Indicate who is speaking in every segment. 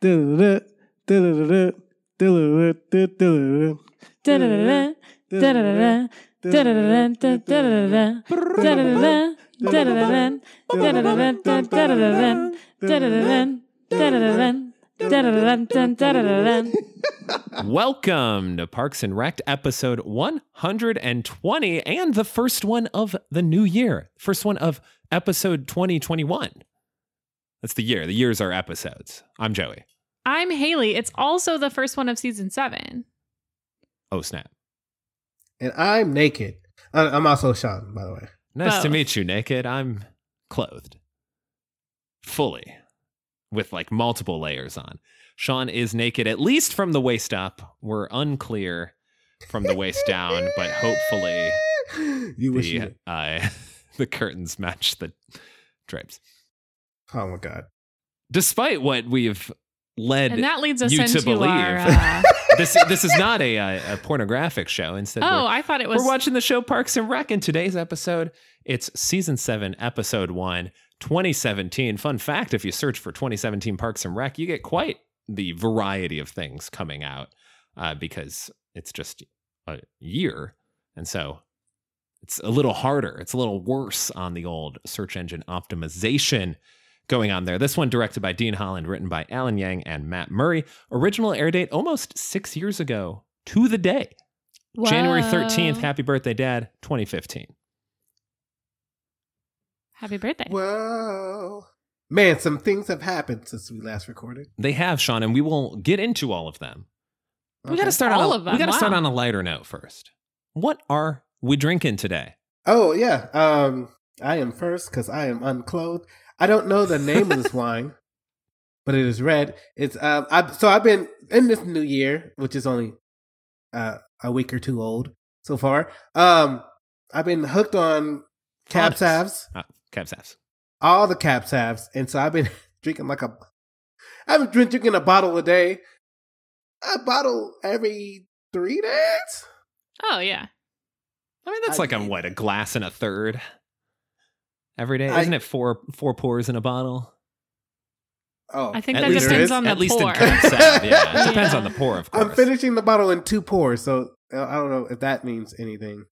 Speaker 1: Da-da-da, da-da-da-da, da-da-da-da, da-da-da-da,
Speaker 2: Da-da-da-da,
Speaker 1: da-da-da-da,
Speaker 2: da-da-da-da, da-da-da-da, da-da-da-da, da-da-da-da, da-da-da-da, da-da-da-da, da-da-da-da, da-da-da-da, da-da-da-da, da-da-da-da, da-da-da-da.
Speaker 3: Welcome to Parks and Rec episode 120 and the first one of the new year. First one of episode 2021. That's the year. The year's our episodes. I'm Joey.
Speaker 4: I'm Haley. It's also the first one of season seven.
Speaker 3: Oh, snap.
Speaker 5: and I'm naked. I- I'm also Sean, by the way.
Speaker 3: Nice to
Speaker 4: Both.
Speaker 3: meet you, naked. I'm clothed fully with like multiple layers on. Sean is naked, at least from the waist up. We're unclear from the waist down, but hopefully
Speaker 5: you wish you.
Speaker 3: the,
Speaker 5: Did.
Speaker 3: uh, the curtains match the drapes.
Speaker 5: Oh my god!
Speaker 3: Despite what we've led,
Speaker 4: And that leads us
Speaker 3: you to
Speaker 4: into
Speaker 3: believe.
Speaker 4: our. Uh,
Speaker 3: this this is not a, uh, a pornographic show. Instead,
Speaker 4: oh,
Speaker 3: we're,
Speaker 4: I thought it was.
Speaker 3: we're watching the show Parks and Rec. In today's episode, it's season seven, episode one, 2017. Fun fact: if you search for 2017 Parks and Rec, you get quite the variety of things coming out uh, because it's just a year, and so it's a little harder. It's a little worse on the old search engine optimization going on there. This one directed by Dean Holland, written by Alan Yang and Matt Murray. Original air date almost six years ago to the day. January
Speaker 4: Whoa.
Speaker 3: 13th. Happy birthday, Dad, 2015.
Speaker 4: Happy birthday.
Speaker 5: Well, man, some things have happened since we last recorded.
Speaker 3: They have, Sean, and we will get into all of them. We got to start
Speaker 4: All
Speaker 3: on a,
Speaker 4: of them,
Speaker 3: We got to start
Speaker 4: wow.
Speaker 3: on a lighter note first. What are we drinking today?
Speaker 5: Oh yeah. Um, I am first because I am unclothed. I don't know the name of this wine, but it is red. It's um. I so I've been in this new year, which is only uh a week or two old so far. Um, I've been hooked on cab
Speaker 3: Tonics.
Speaker 5: salves.
Speaker 3: Uh, Cab Saps.
Speaker 5: all the cap salves, and so I've been drinking like a, I've been drinking a bottle a day, a bottle every three days.
Speaker 4: Oh, yeah.
Speaker 3: I mean, that's
Speaker 5: I-
Speaker 3: like a what a glass and a third every day,
Speaker 5: I-
Speaker 3: isn't it? Four four pours in a bottle.
Speaker 5: Oh,
Speaker 4: I think
Speaker 3: At
Speaker 4: that
Speaker 3: least
Speaker 4: depends
Speaker 3: there is-
Speaker 4: on the
Speaker 3: at least in
Speaker 4: pour.
Speaker 3: Cab Sav, yeah, it
Speaker 4: Yeah.
Speaker 3: depends on the pour, of course.
Speaker 5: I'm finishing the bottle in two pours, so uh, I don't know if that means anything.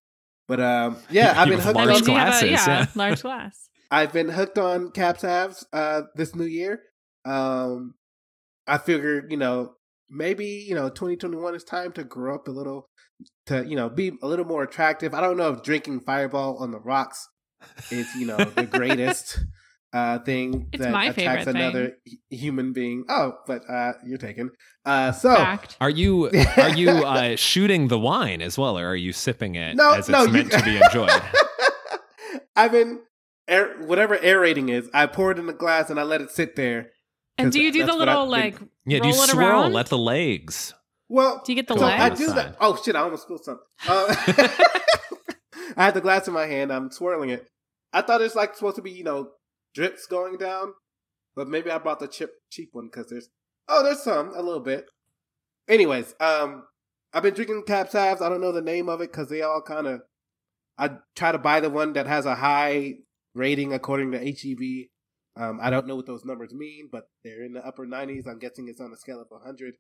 Speaker 5: But um, yeah, I've been
Speaker 3: With
Speaker 5: hooked.
Speaker 3: large
Speaker 4: I mean,
Speaker 5: On,
Speaker 4: do you have
Speaker 3: glasses,
Speaker 4: a, yeah,
Speaker 3: yeah.
Speaker 4: large glass.
Speaker 5: I've been hooked on cap salves uh, this new year. Um, I figured, you know, maybe you know, 2021 is time to grow up a little, to you know, be a little more attractive. I don't know if drinking Fireball on the rocks is you know the greatest uh thing
Speaker 4: It's
Speaker 5: that
Speaker 4: my favorite
Speaker 5: attacks
Speaker 4: thing.
Speaker 5: another hu- human being oh but uh you're taken uh so
Speaker 4: Fact.
Speaker 3: Are you are you uh, shooting the wine as well, or are you sipping it
Speaker 5: No,
Speaker 3: as it's
Speaker 5: no, you-
Speaker 3: meant to be enjoyed?
Speaker 5: i've been air, whatever aerating is i pour it in a glass and i let it sit there
Speaker 4: And
Speaker 5: 'Cause
Speaker 4: do you do the
Speaker 5: that's what I've
Speaker 4: little,
Speaker 5: been-
Speaker 4: like,
Speaker 3: Yeah, do you
Speaker 4: roll it
Speaker 3: swirl?
Speaker 4: around?
Speaker 3: Let the legs.
Speaker 5: well
Speaker 4: Do you get the
Speaker 3: Go
Speaker 5: so
Speaker 3: on
Speaker 5: i
Speaker 4: leg?
Speaker 3: the
Speaker 5: do
Speaker 3: side.
Speaker 5: that oh shit i almost spilled something uh, i had the glass in my hand i'm swirling it i thought it's like supposed to be you know drips going down but maybe i brought the chip cheap one because there's Oh, there's some, a little bit. Anyways, um, I've been drinking Cab Salves. I don't know the name of it because they all kind of. I try to buy the one that has a high rating according to HEV. Um, I don't know what those numbers mean, but they're in the upper 90s. I'm guessing it's on a scale of 100.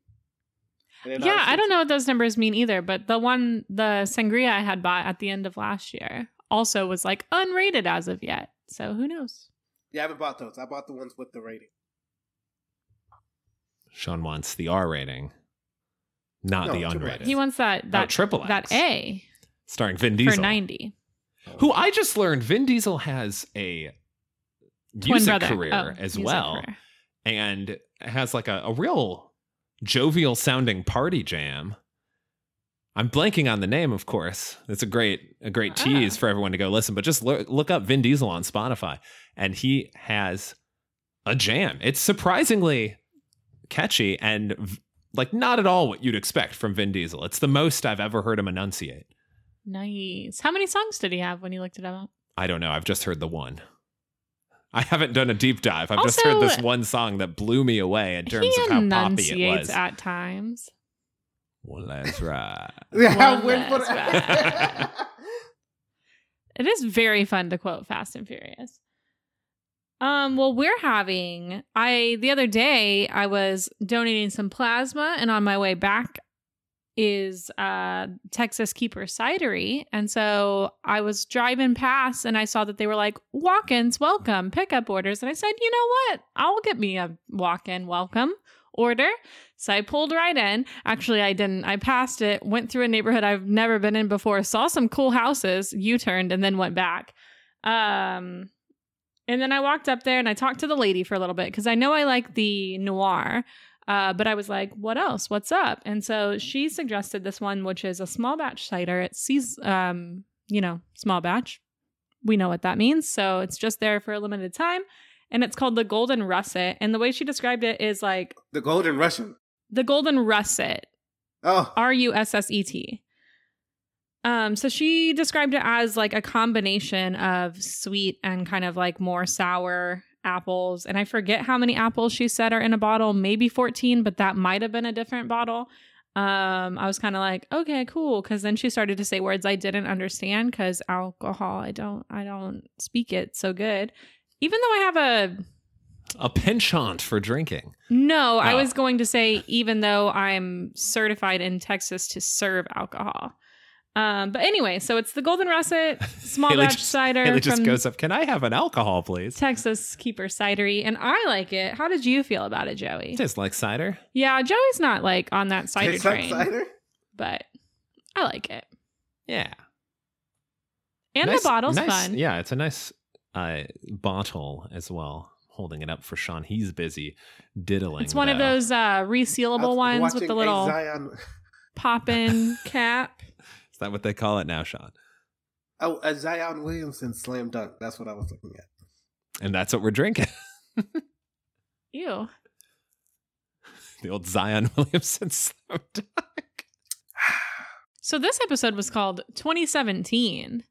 Speaker 5: And then
Speaker 4: Yeah,
Speaker 5: obviously-
Speaker 4: I don't know what those numbers mean either, but the one, the sangria I had bought at the end of last year also was like unrated as of yet. So who knows?
Speaker 5: Yeah, I haven't bought those. I bought the ones with the rating.
Speaker 3: Sean wants the R rating, not
Speaker 5: No,
Speaker 3: the
Speaker 5: triple
Speaker 3: unrated.
Speaker 5: X.
Speaker 4: He wants that that
Speaker 3: Oh, triple
Speaker 4: that
Speaker 3: X.
Speaker 4: A
Speaker 3: starring Vin Diesel,
Speaker 4: for 90.
Speaker 3: who I just learned Vin Diesel has a
Speaker 4: Twin
Speaker 3: music
Speaker 4: brother.
Speaker 3: career
Speaker 4: Oh,
Speaker 3: as
Speaker 4: music
Speaker 3: well,
Speaker 4: career.
Speaker 3: and has like a, a real jovial sounding party jam. I'm blanking on the name, of course. It's a great a great
Speaker 4: Ah.
Speaker 3: tease for everyone to go listen. But just look, look up Vin Diesel on Spotify, and he has a jam. It's surprisingly catchy and v- like not at all what you'd expect from Vin Diesel. It's the most I've ever heard him enunciate.
Speaker 4: Nice. How many songs did he have when you looked it up?
Speaker 3: I don't know. I've just heard the one. I haven't done a deep dive. I've just
Speaker 4: Also,
Speaker 3: heard this one song that blew me away in terms
Speaker 4: he
Speaker 3: of how poppy it
Speaker 4: enunciates
Speaker 3: was.
Speaker 4: at times.
Speaker 3: Well, that's right.
Speaker 5: Yeah, I
Speaker 4: One
Speaker 5: went for
Speaker 4: less
Speaker 5: that.
Speaker 4: It is very fun to quote Fast and Furious. Um, well, we're having I the other day I was donating some plasma, and on my way back is uh Texas Keeper Cidery, and so I was driving past and I saw that they were like walk-ins welcome pickup orders, and I said, you know what, I'll get me a walk-in welcome order. So I pulled right in. Actually, I didn't. I passed it, went through a neighborhood I've never been in before, saw some cool houses, U-turned, and then went back. Um, and then I walked up there and I talked to the lady for a little bit because I know I like the noir. Uh, but I was like, what else? What's up? And so she suggested this one, which is a small batch cider. It sees, um, you know, small batch. We know what that means. So it's just there for a limited time. And it's called the Golden Russet. And the way she described it is like
Speaker 5: The Golden Russian.
Speaker 4: the Golden Russet.
Speaker 5: Oh,
Speaker 4: R U S S E T. Um, so she described it as like a combination of sweet and kind of like more sour apples. And I forget how many apples she said are in a bottle, maybe 14, but that might have been a different bottle. Um, I was kind of like, okay, cool. Cause then she started to say words I didn't understand because alcohol, I don't, I don't speak it so good. Even though I have a
Speaker 3: A penchant for drinking.
Speaker 4: no, I
Speaker 3: Oh.
Speaker 4: was going to say, even though I'm certified in Texas to serve alcohol. Um, but anyway, so it's the Golden Russet small
Speaker 3: Haley
Speaker 4: batch
Speaker 3: just-
Speaker 4: cider
Speaker 3: Haley just
Speaker 4: from
Speaker 3: goes up. Can I have an alcohol, please?
Speaker 4: Texas Keeper Cidery, and I like it. How did you feel about it, Joey?
Speaker 3: Just like cider.
Speaker 4: Yeah, Joey's not like on that cider
Speaker 5: it's like
Speaker 4: train,
Speaker 5: cider?
Speaker 4: but I like it.
Speaker 3: Yeah.
Speaker 4: And
Speaker 3: Nice-
Speaker 4: the bottle's
Speaker 3: nice-
Speaker 4: fun.
Speaker 3: Yeah, it's a nice uh, bottle as well. Holding it up for Sean. He's busy diddling.
Speaker 4: It's one of
Speaker 3: though.
Speaker 4: those uh,
Speaker 5: I
Speaker 4: resealable
Speaker 5: was
Speaker 4: ones with
Speaker 5: watching a
Speaker 4: the little
Speaker 5: Zion,
Speaker 4: pop-in cap.
Speaker 3: Is that what they call it now, Sean?
Speaker 5: oh, a Zion Williamson slam dunk. That's what I was looking at.
Speaker 3: And that's what we're drinking.
Speaker 4: Ew.
Speaker 3: the old Zion Williamson slam dunk.
Speaker 4: So this episode was called 2017.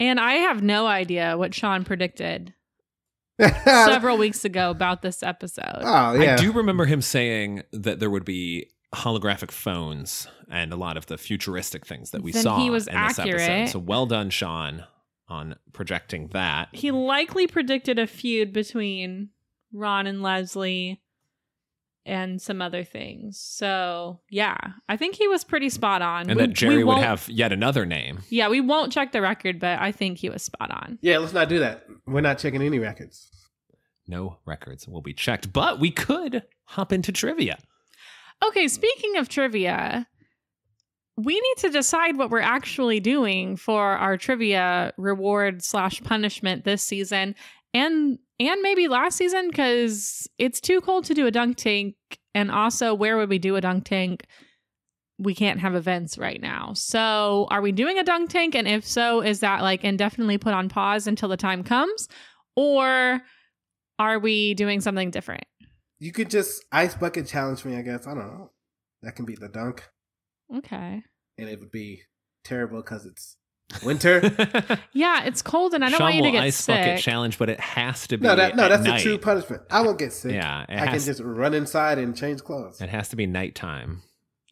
Speaker 4: And I have no idea what Sean predicted several weeks ago about this episode.
Speaker 5: Oh yeah.
Speaker 3: I do remember him saying that there would be holographic phones and a lot of the futuristic things that we
Speaker 4: Then
Speaker 3: saw
Speaker 4: he was
Speaker 3: in this
Speaker 4: accurate.
Speaker 3: episode. So well done, Sean, on projecting that.
Speaker 4: He likely predicted a feud between Ron and Leslie and some other things. So, yeah, I think he was pretty spot on.
Speaker 3: And
Speaker 4: We-
Speaker 3: that Jerry
Speaker 4: we
Speaker 3: would
Speaker 4: won't-
Speaker 3: have yet another name.
Speaker 4: Yeah, we won't check the record, but I think he was spot on.
Speaker 5: Yeah, let's not do that. We're not checking any records.
Speaker 3: No records will be checked, but we could hop into trivia.
Speaker 4: Okay, speaking of trivia, we need to decide what we're actually doing for our trivia reward slash punishment this season, and and maybe last season because it's too cold to do a dunk tank, and also where would we do a dunk tank? We can't have events right now. So, are we doing a dunk tank? And if so, is that like indefinitely put on pause until the time comes, or are we doing something different?
Speaker 5: You could just ice bucket challenge me, I guess. I don't know. That can be the dunk,
Speaker 4: Okay.
Speaker 5: and it would be terrible because it's winter.
Speaker 4: Yeah, it's cold, and I don't
Speaker 3: Sean
Speaker 4: want you
Speaker 3: will
Speaker 4: to get
Speaker 3: ice
Speaker 4: sick.
Speaker 3: bucket challenge, but it has to be
Speaker 5: no, that no,
Speaker 3: at
Speaker 5: that's
Speaker 3: night.
Speaker 5: a true punishment. I won't get sick.
Speaker 3: Yeah, it
Speaker 5: I can
Speaker 3: has,
Speaker 5: just run inside and change clothes.
Speaker 3: it has to be nighttime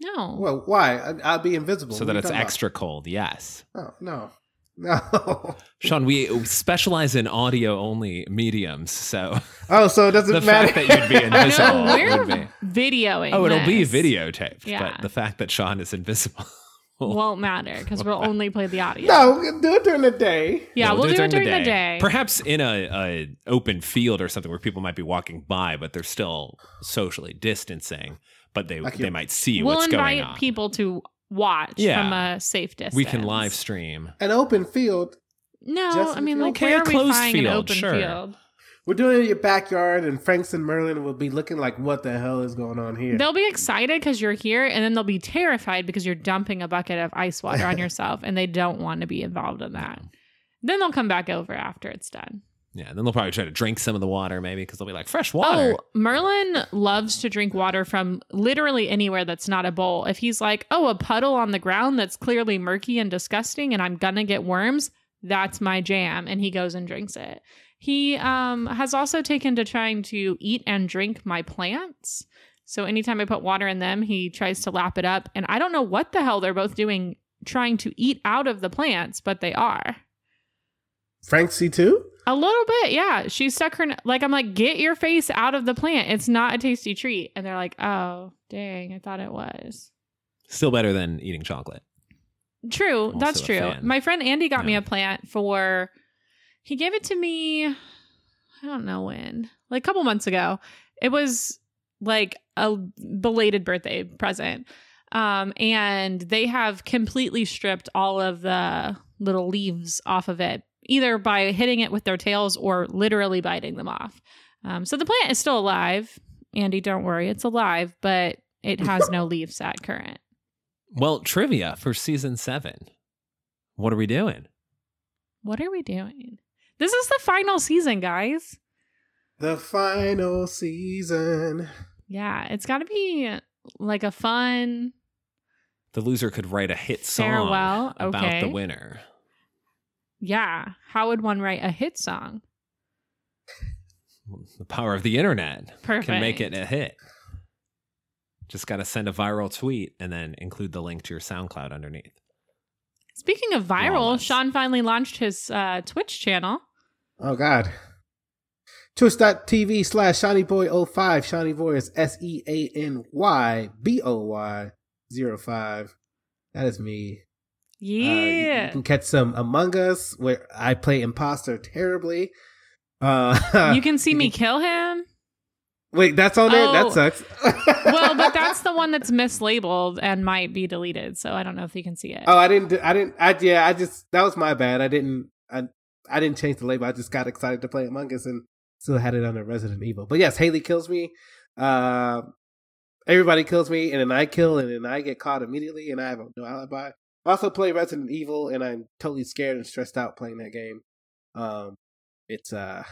Speaker 4: no,
Speaker 5: Well, why? I, I'll be invisible.
Speaker 3: so
Speaker 5: What
Speaker 3: that
Speaker 5: are you
Speaker 3: it's
Speaker 5: talking about?
Speaker 3: extra cold. Yes.
Speaker 5: No, no, no.
Speaker 3: Sean, we specialize in audio only mediums, so
Speaker 5: oh, so it doesn't
Speaker 3: the
Speaker 5: matter
Speaker 3: fact that you'd be invisible
Speaker 4: no, we're
Speaker 3: would be.
Speaker 4: videoing.
Speaker 3: Oh, it'll be
Speaker 4: this.
Speaker 3: videotaped,
Speaker 4: Yeah.
Speaker 3: but the fact that Sean is invisible.
Speaker 4: Won't matter because we'll only play the audio.
Speaker 5: no, we can do it during the day.
Speaker 4: Yeah,
Speaker 3: No,
Speaker 4: we'll, do, it during the day.
Speaker 3: Perhaps in a, a open field or something where people might be walking by, but they're still socially distancing, but they
Speaker 5: Like you-
Speaker 3: they might see
Speaker 4: we'll
Speaker 3: what's going
Speaker 4: invite
Speaker 3: on.
Speaker 4: people to watch
Speaker 3: Yeah.
Speaker 4: from a safe distance.
Speaker 3: we can live stream.
Speaker 5: An open field.
Speaker 4: No,
Speaker 5: Just-
Speaker 4: I mean, like,
Speaker 3: Okay,
Speaker 4: where
Speaker 3: a
Speaker 4: are we
Speaker 3: closed
Speaker 4: finding an
Speaker 3: field,
Speaker 4: open
Speaker 3: sure.
Speaker 4: field?
Speaker 5: We're doing it in your backyard, and Franks and Merlin will be looking like, "What the hell is going on here?"
Speaker 4: They'll be excited because you're here, and then they'll be terrified because you're dumping a bucket of ice water on yourself, and they don't want to be involved in that. Then they'll come back over after it's done.
Speaker 3: Yeah, then they'll probably try to drink some of the water, maybe because they'll be like fresh water.
Speaker 4: Oh, Merlin loves to drink water from literally anywhere that's not a bowl. If he's like, oh, a puddle on the ground that's clearly murky and disgusting and I'm gonna get worms, that's my jam. And he goes and drinks it. He um, has also taken to trying to eat and drink my plants. So anytime I put water in them, he tries to lap it up. And I don't know what the hell they're both doing trying to eat out of the plants, but they are.
Speaker 5: Franksy too.
Speaker 4: A little bit, yeah. She stuck her, n- like, I'm like, get your face out of the plant. It's not a tasty treat. And they're like, oh, dang, I thought it was.
Speaker 3: Still better than eating chocolate.
Speaker 4: True.
Speaker 3: I'm
Speaker 4: that's
Speaker 3: also a
Speaker 4: true.
Speaker 3: fan.
Speaker 4: My friend Andy got me
Speaker 3: Yeah.
Speaker 4: a plant for he gave it to me I don't know when. Like a couple months ago. It was like a belated birthday present. Um and they have completely stripped all of the little leaves off of it either by hitting it with their tails or literally biting them off. Um so the plant is still alive. Andy, don't worry. It's alive, but it has no leaves at current.
Speaker 3: Well, trivia for season seven. What are we doing?
Speaker 4: What are we doing? This is the final season, guys.
Speaker 5: The final season.
Speaker 4: Yeah, it's got to be like a fun.
Speaker 3: The loser could write a hit song
Speaker 4: Farewell,
Speaker 3: about
Speaker 4: okay.
Speaker 3: the winner.
Speaker 4: Yeah, how would one write a hit song?
Speaker 3: The power of the internet
Speaker 4: Perfect.
Speaker 3: can make it a hit. Just got to send a viral tweet and then include the link to your SoundCloud underneath.
Speaker 4: Speaking of viral,
Speaker 3: Flawless.
Speaker 4: Sean finally launched his uh, Twitch channel.
Speaker 5: Oh God. Twitch.tv slash ShinyBoy05. ShinyBoy is S E A N Y B O Y 05. That is me. Uh, you- you,
Speaker 4: Yeah,
Speaker 5: can catch some Among Us where I play imposter terribly. Uh,
Speaker 4: you, can see me kill him.
Speaker 5: wait, that's on there?
Speaker 4: Oh.
Speaker 5: That sucks.
Speaker 4: Well, but that's the one that's mislabeled and might be deleted, so I don't know if you can see it.
Speaker 5: Oh, I didn't. do- I didn't. I yeah. I just that was my bad. I didn't. I I didn't change the label. I just got excited to play Among Us and still had it under Resident Evil. But yes, Haley kills me. Uh, everybody kills me, and then I kill, and then I get caught immediately, and I have no alibi. I also play Resident Evil, and I'm totally scared and stressed out playing that game. Um, it's uh,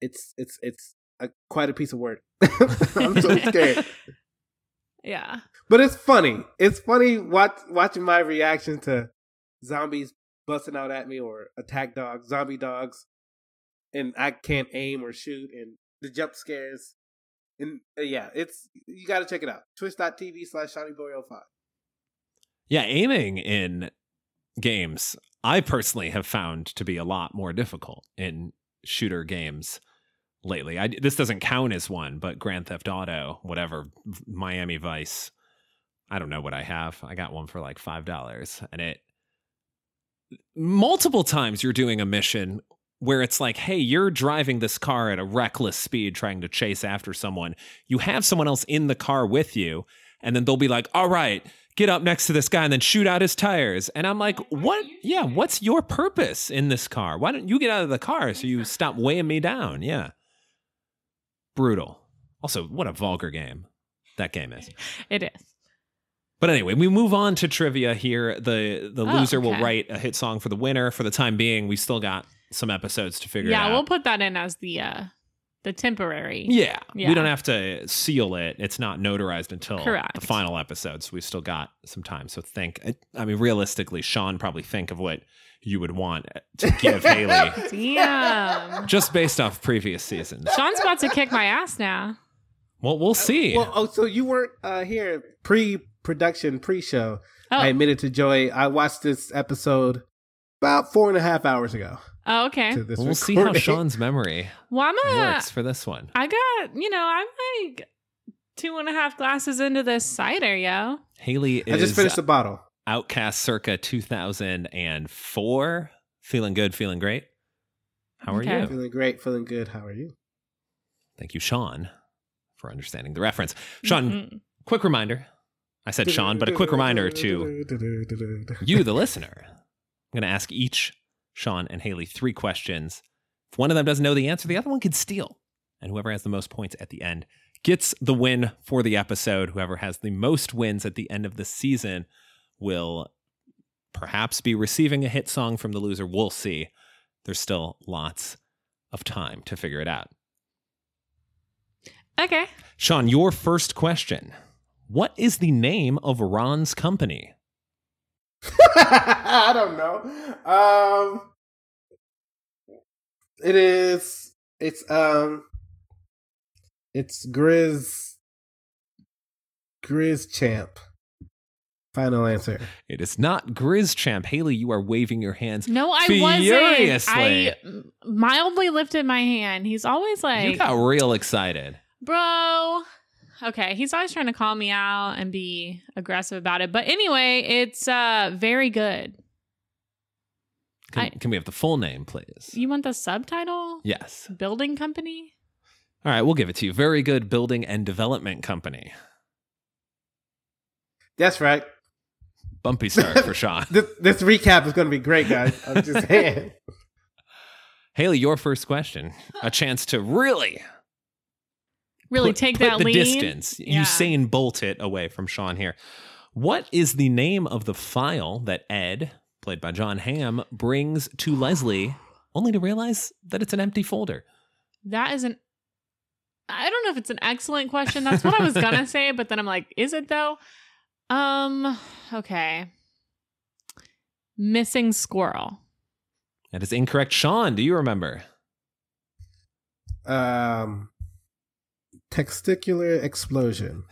Speaker 5: it's it's it's a, quite a piece of work. I'm so scared.
Speaker 4: yeah,
Speaker 5: But it's funny. It's funny watch, watching my reaction to zombies busting out at me or attack dogs, zombie dogs, and I can't aim or shoot, and the jump scares. And uh, yeah, it's you got to check it out. Twitch.tv slash ShinyBoy05.
Speaker 3: Yeah, aiming in games, I personally have found to be a lot more difficult in shooter games lately. I, this doesn't count as one, but Grand Theft Auto, whatever, Miami Vice, I don't know what I have. I got one for like $5. And it, multiple times you're doing a mission where it's like, hey, you're driving this car at a reckless speed trying to chase after someone. You have someone else in the car with you. And then they'll be like, all right, get up next to this guy and then shoot out his tires. And I'm like, what? Yeah, what's your purpose in this car? Why don't you get out of the car so you stop weighing me down? Yeah. Brutal. Also, what a vulgar game that game is.
Speaker 4: it is.
Speaker 3: But anyway, we move on to trivia here. The the
Speaker 4: Oh,
Speaker 3: loser will
Speaker 4: okay.
Speaker 3: write a hit song for the winner. For the time being, we still got some episodes to figure
Speaker 4: Yeah,
Speaker 3: out.
Speaker 4: we'll put that in as the uh, the temporary.
Speaker 3: yeah,
Speaker 4: Yeah.
Speaker 3: we don't have to seal it. It's not notarized until
Speaker 4: Correct.
Speaker 3: the final episode, so we've still got some time. So think. I mean, realistically, Sean probably think of what you would want to give Haley
Speaker 4: Damn,
Speaker 3: just based off previous seasons.
Speaker 4: Sean's about to kick my ass now.
Speaker 3: Well, we'll see.
Speaker 5: Well, oh, so you weren't uh, here pre production, pre show.
Speaker 4: Oh,
Speaker 5: I admitted to Joy, I watched this episode about four and a half hours ago.
Speaker 4: oh okay.
Speaker 5: To this
Speaker 3: we'll see how
Speaker 5: recording.
Speaker 3: Sean's memory
Speaker 4: Well, I'm gonna-
Speaker 3: works for this one.
Speaker 4: I got, you know, I'm like two and a half glasses into this cider, yo.
Speaker 3: Haley is uh,
Speaker 5: I just finished the bottle.
Speaker 3: Outcast circa 2004. Feeling good, feeling great. How are
Speaker 4: Okay.
Speaker 3: you?
Speaker 5: Feeling great, feeling good. How are you?
Speaker 3: Thank you, Sean, for understanding the reference. Sean,
Speaker 4: Mm-mm.
Speaker 3: quick reminder. I said Sean, but a quick reminder to you, the listener. I'm going to ask each Sean and Haley three questions. If one of them doesn't know the answer, the other one can steal. And whoever has the most points at the end gets the win for the episode. Whoever has the most wins at the end of the season will perhaps be receiving a hit song from the loser. We'll see. There's still lots of time to figure it out.
Speaker 4: Okay.
Speaker 3: Sean, your first question. What is the name of Ron's company?
Speaker 5: I don't know. Um, it is. It's um. It's Grizz. Grizz Champ. Final answer.
Speaker 3: It is not Grizzchamp. Haley, you are waving your hands.
Speaker 4: No, I
Speaker 3: Furiously.
Speaker 4: wasn't. I mildly lifted my hand. He's always
Speaker 3: You
Speaker 4: like,
Speaker 3: got real excited.
Speaker 4: bro. Okay, he's always trying to call me out and be aggressive about it. But anyway, it's uh very good.
Speaker 3: Can,
Speaker 4: I-
Speaker 3: can we have the full name, please?
Speaker 4: You want the subtitle?
Speaker 3: yes.
Speaker 4: Building company?
Speaker 3: All right, we'll give it to you. Very good building and development company.
Speaker 5: That's right.
Speaker 3: Bumpy start for Sean.
Speaker 5: This, this recap is going to be great, guys. I'm just saying.
Speaker 3: Haley, your first question. A chance to really
Speaker 4: Really
Speaker 3: put-
Speaker 4: take
Speaker 3: put
Speaker 4: that
Speaker 3: the
Speaker 4: lead.
Speaker 3: distance.
Speaker 4: Yeah.
Speaker 3: Usain Bolt it away from Sean here. What is the name of the file that Ed, played by John Hamm, brings to Leslie, only to realize that it's an empty folder?
Speaker 4: That is an I don't know if it's an excellent question. That's what I was gonna say, but then I'm like, is it though? Um, okay. Missing squirrel.
Speaker 3: That is incorrect. Sean, do you remember?
Speaker 5: Um, texticular explosion.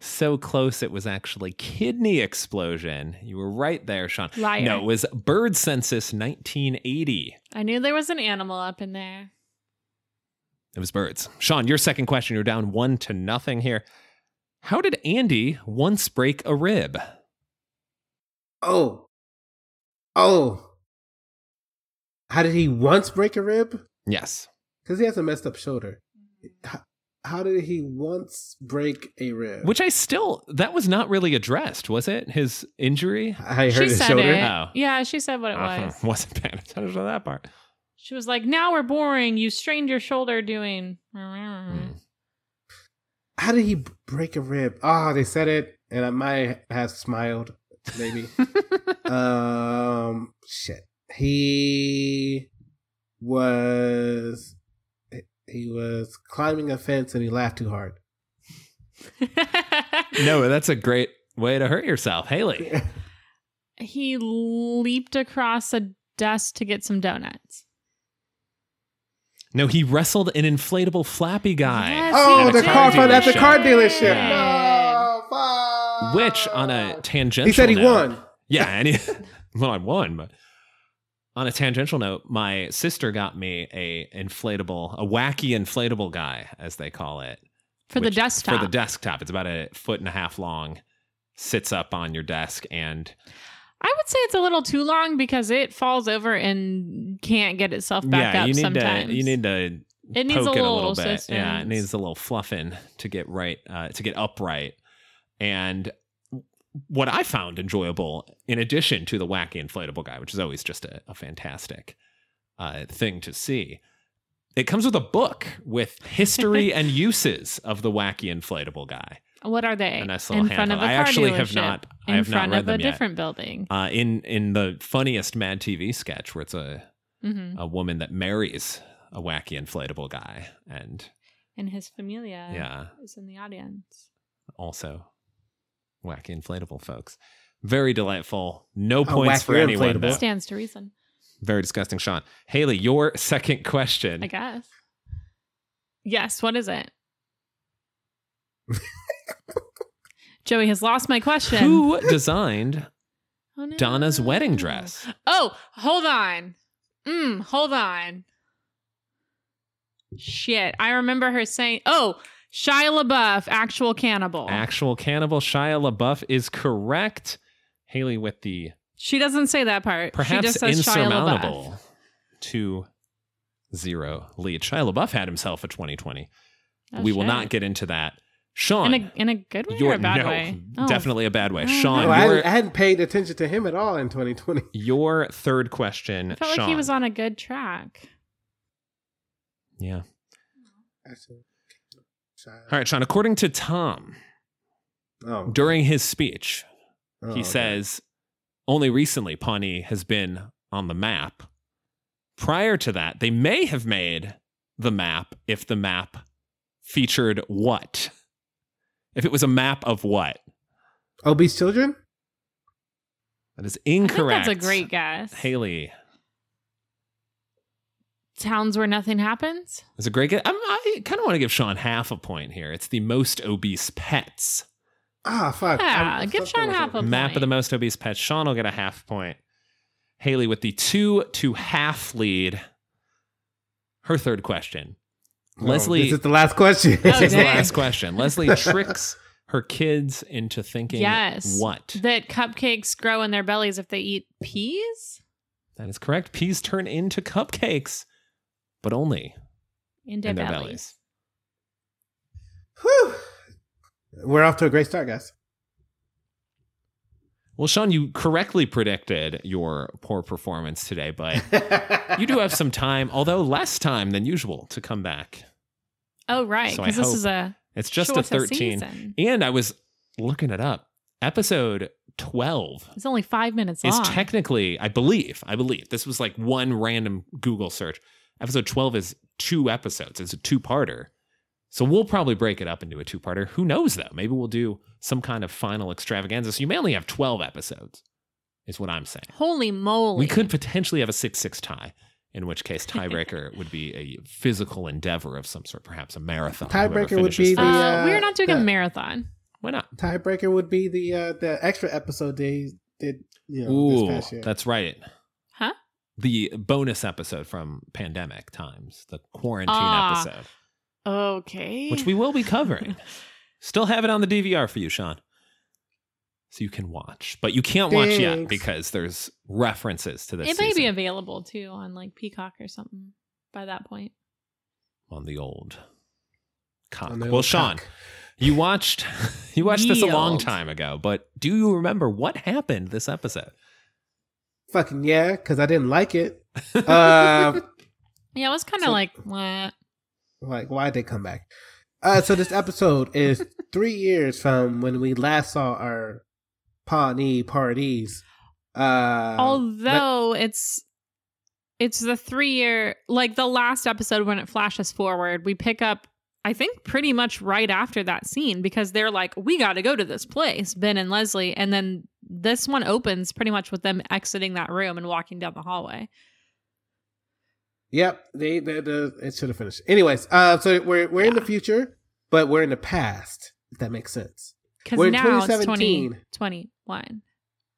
Speaker 3: So close, it was actually kidney explosion. You were right there, Sean.
Speaker 4: Liar.
Speaker 3: No, it was bird census 1980.
Speaker 4: I knew there was an animal up in there.
Speaker 3: It was birds. Sean, your second question. You're down one to nothing here. How did Andy once break a rib?
Speaker 5: Oh. Oh. How did he once break a rib?
Speaker 3: Yes.
Speaker 5: Because he has a messed up shoulder. How, how did he once break a rib?
Speaker 3: Which I still, that was not really addressed, was it? His injury?
Speaker 5: I heard
Speaker 4: she
Speaker 5: his
Speaker 4: said
Speaker 5: shoulder.
Speaker 4: it.
Speaker 3: Oh.
Speaker 4: Yeah, she said what it
Speaker 3: Uh-huh.
Speaker 4: was.
Speaker 3: Wasn't paying attention to that part.
Speaker 4: She was like, "Now we're boring. You strained your shoulder doing."
Speaker 3: Hmm.
Speaker 5: How did he b- break a rib? Ah, they said it, and I might have smiled, maybe. um, shit. He was he was climbing a fence and he laughed too hard.
Speaker 3: Hmm. No, that's a great way to hurt yourself. Haley.
Speaker 4: He leaped across a desk to get some donuts.
Speaker 3: No, he wrestled an inflatable flappy guy.
Speaker 4: Yes,
Speaker 5: Oh,
Speaker 3: At
Speaker 5: the
Speaker 3: a car
Speaker 5: car fun at the
Speaker 3: dealership.
Speaker 5: car dealership.
Speaker 4: Yeah.
Speaker 5: No, fuck.
Speaker 3: Which on a tangential
Speaker 5: he said he
Speaker 3: note-
Speaker 5: won.
Speaker 3: Yeah, and he, well, I won, but on a tangential note, my sister got me a inflatable, a wacky inflatable guy, as they call it,
Speaker 4: for the
Speaker 3: which-
Speaker 4: desktop.
Speaker 3: for the desktop. It's about a foot and a half long, sits up on your desk, and
Speaker 4: I would say it's a little too long because it falls over and can't get itself back
Speaker 3: yeah,
Speaker 4: up
Speaker 3: you need
Speaker 4: sometimes.
Speaker 3: to you need to
Speaker 4: it needs
Speaker 3: poke
Speaker 4: a
Speaker 3: it
Speaker 4: little,
Speaker 3: a little bit.
Speaker 4: assistance.
Speaker 3: Yeah, it needs a little fluffing to get right, uh, to get upright. And what I found enjoyable, in addition to the wacky inflatable guy, which is always just a, a fantastic uh, thing to see, it comes with a book with history and uses of the wacky inflatable guy.
Speaker 4: What are they?
Speaker 3: A nice
Speaker 4: in
Speaker 3: little
Speaker 4: front of
Speaker 3: handle.
Speaker 4: a
Speaker 3: I
Speaker 4: car
Speaker 3: actually have
Speaker 4: dealership,
Speaker 3: not. I
Speaker 4: In
Speaker 3: have not
Speaker 4: front
Speaker 3: read
Speaker 4: of a
Speaker 3: them yet.
Speaker 4: different building.
Speaker 3: Uh, in in the funniest Mad TV sketch, where it's a
Speaker 4: hmm
Speaker 3: a woman that marries a wacky inflatable guy, and
Speaker 4: And his familia
Speaker 3: yeah,
Speaker 4: is in the audience.
Speaker 3: also wacky inflatable folks. Very delightful. No
Speaker 5: A
Speaker 3: points for
Speaker 5: wacky
Speaker 3: anyone.
Speaker 5: inflatable.
Speaker 3: though.
Speaker 4: Stands to reason,
Speaker 3: Very disgusting, Sean. Haley, your second
Speaker 4: I
Speaker 3: question.
Speaker 4: guess. Yes, what is it? Joey has lost my question.
Speaker 3: Who designed
Speaker 4: Oh, no.
Speaker 3: Donna's wedding dress?
Speaker 4: Oh, hold on. Mm, hold on. Shit. I remember her saying, oh, Shia LaBeouf, actual cannibal.
Speaker 3: Actual cannibal Shia LaBeouf is correct. Haley with the
Speaker 4: she doesn't say that part. she
Speaker 3: perhaps
Speaker 4: just says Shia LaBeouf.
Speaker 3: insurmountable two zero lead. Shia LaBeouf had himself a 2020.
Speaker 4: Oh,
Speaker 3: we will
Speaker 4: shit.
Speaker 3: not get into that. Sean,
Speaker 4: In a, in a good way or
Speaker 3: your
Speaker 4: a bad
Speaker 3: no,
Speaker 4: way? Oh.
Speaker 3: definitely a bad way.
Speaker 4: Oh.
Speaker 3: Sean,
Speaker 5: No, I,
Speaker 3: your-
Speaker 5: hadn't, I hadn't paid attention to him at all in 2020.
Speaker 3: Your third question,
Speaker 4: I felt
Speaker 3: Sean.
Speaker 4: like he was on a good track.
Speaker 3: yeah.
Speaker 5: Actually, Shia-
Speaker 3: All right, Sean. According to Tom,
Speaker 5: Oh,
Speaker 3: during his speech,
Speaker 5: oh,
Speaker 3: he
Speaker 5: okay.
Speaker 3: says, "Only recently Pawnee has been on the map. Prior to that, they may have made the map if the map featured what? If it was a map of what?
Speaker 5: obese children.
Speaker 3: That is
Speaker 4: I think
Speaker 3: incorrect.
Speaker 4: that's a great guess.
Speaker 3: Haley.
Speaker 4: Towns where nothing happens?
Speaker 3: That's a great guess. I'm, I kind of want to give Sean half a point here. It's the most obese pets
Speaker 5: Ah, fuck.
Speaker 4: Yeah,
Speaker 5: I'm
Speaker 4: give
Speaker 5: fucked up
Speaker 4: Sean
Speaker 5: with it.
Speaker 4: Half a-
Speaker 3: Map of
Speaker 4: point.
Speaker 3: the most obese pets. Sean will get a half point. Haley with the two to half lead. Her third question.
Speaker 5: Oh,
Speaker 3: Leslie.
Speaker 5: This is the last question.
Speaker 4: Oh,
Speaker 3: This is the
Speaker 4: dang.
Speaker 3: last question. Leslie tricks her kids into thinking
Speaker 4: Yes.
Speaker 3: what?
Speaker 4: That cupcakes grow in their bellies if they eat peas
Speaker 3: That is correct. Peas turn into cupcakes, but only
Speaker 4: in their,
Speaker 3: in their
Speaker 4: bellies.
Speaker 3: bellies.
Speaker 5: Whew. We're off to a great start, guys.
Speaker 3: Well, Sean, you correctly predicted your poor performance today, but you do have some time, although less time than usual, to come back.
Speaker 4: Oh, right.
Speaker 3: So I
Speaker 4: Because this
Speaker 3: hope
Speaker 4: is a
Speaker 3: It's just
Speaker 4: shorter
Speaker 3: a 13.
Speaker 4: Season.
Speaker 3: And I was looking it up. Episode 12
Speaker 4: It's only five minutes
Speaker 3: is
Speaker 4: long.
Speaker 3: technically, I believe, I believe, this was like one random Google search. Episode 12 is two episodes, it's a two parter. So we'll probably break it up into a two parter. Who knows, though? Maybe we'll do some kind of final extravaganza. So you may only have 12 episodes, is what I'm saying.
Speaker 4: Holy moly!
Speaker 3: We could potentially have a 6 6 tie, in which case tiebreaker would be a physical endeavor of some sort, perhaps a marathon. Whoever
Speaker 5: Tiebreaker would
Speaker 3: finishes
Speaker 5: be
Speaker 4: Uh,
Speaker 5: the,
Speaker 3: first.
Speaker 5: uh,
Speaker 4: we're not doing a
Speaker 5: the-
Speaker 4: marathon.
Speaker 3: Why not?
Speaker 5: Tiebreaker would be the uh, the extra episode they did. You know, this
Speaker 3: Ooh,
Speaker 5: past year.
Speaker 3: that's right.
Speaker 4: Huh?
Speaker 3: The bonus episode from pandemic times, the quarantine
Speaker 4: Ah.
Speaker 3: episode,
Speaker 4: Okay.
Speaker 3: which we will be covering. Still have it on the DVR for you, Sean. So you can watch, but you can't watch yet
Speaker 5: Thanks.
Speaker 3: because there's references to this
Speaker 4: it may be
Speaker 3: season
Speaker 4: available too on like Peacock or something by that point.
Speaker 3: on the old cock.
Speaker 5: On the
Speaker 3: well,
Speaker 5: old
Speaker 3: Sean,
Speaker 5: cock.
Speaker 3: you watched you watched this a long
Speaker 4: Yield.
Speaker 3: time ago, but do you remember what happened this episode?
Speaker 5: Fucking yeah, because I didn't like it. Uh,
Speaker 4: Yeah, it was kind of
Speaker 5: So-
Speaker 4: like what?
Speaker 5: like, why'd they come back? Uh, so this episode is three years from when we last saw our Pawnee parties. Uh,
Speaker 3: um,
Speaker 4: Although it's it's the three year like the last episode when it flashes forward, we pick up I think pretty much right after that scene because they're like, we got to go to this place, Ben and Leslie, and then this one opens pretty much with them exiting that room and walking down the hallway.
Speaker 5: Yep, they, they, the it should have finished. Anyways, uh, so we're we're in the future, but we're in the past. If that makes sense.
Speaker 4: Because
Speaker 5: We're in
Speaker 4: now it's
Speaker 5: 2017.
Speaker 4: 2021.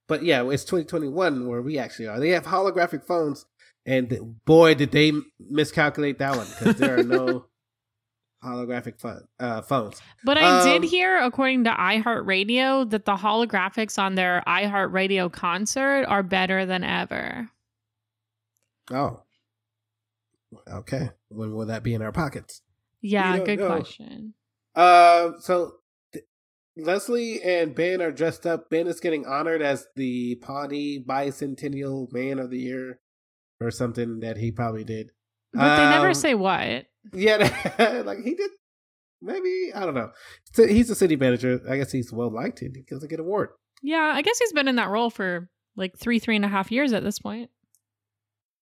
Speaker 5: But yeah, it's 2021 where we actually are. They have holographic phones, and th- boy, did they m- miscalculate that one because there are no holographic phone, uh, phones.
Speaker 4: But I
Speaker 5: Um,
Speaker 4: did hear, according to iHeartRadio, that the holographics on their iHeartRadio concert are better than ever.
Speaker 5: Oh, okay. When will that be in our pockets?
Speaker 4: Yeah,
Speaker 5: We don't
Speaker 4: good
Speaker 5: know.
Speaker 4: question.
Speaker 5: Uh, so th- Leslie and Ben are dressed up. Ben is getting honored as the Pawnee Bicentennial Man of the Year, or something that he probably did.
Speaker 4: But they never
Speaker 5: Um,
Speaker 4: say what.
Speaker 5: Yeah, like he did. Maybe I don't know. So he's a city manager. I guess he's well liked. and He doesn't get an award.
Speaker 4: Yeah, I guess he's been in that role for like three, three and a half years at this point.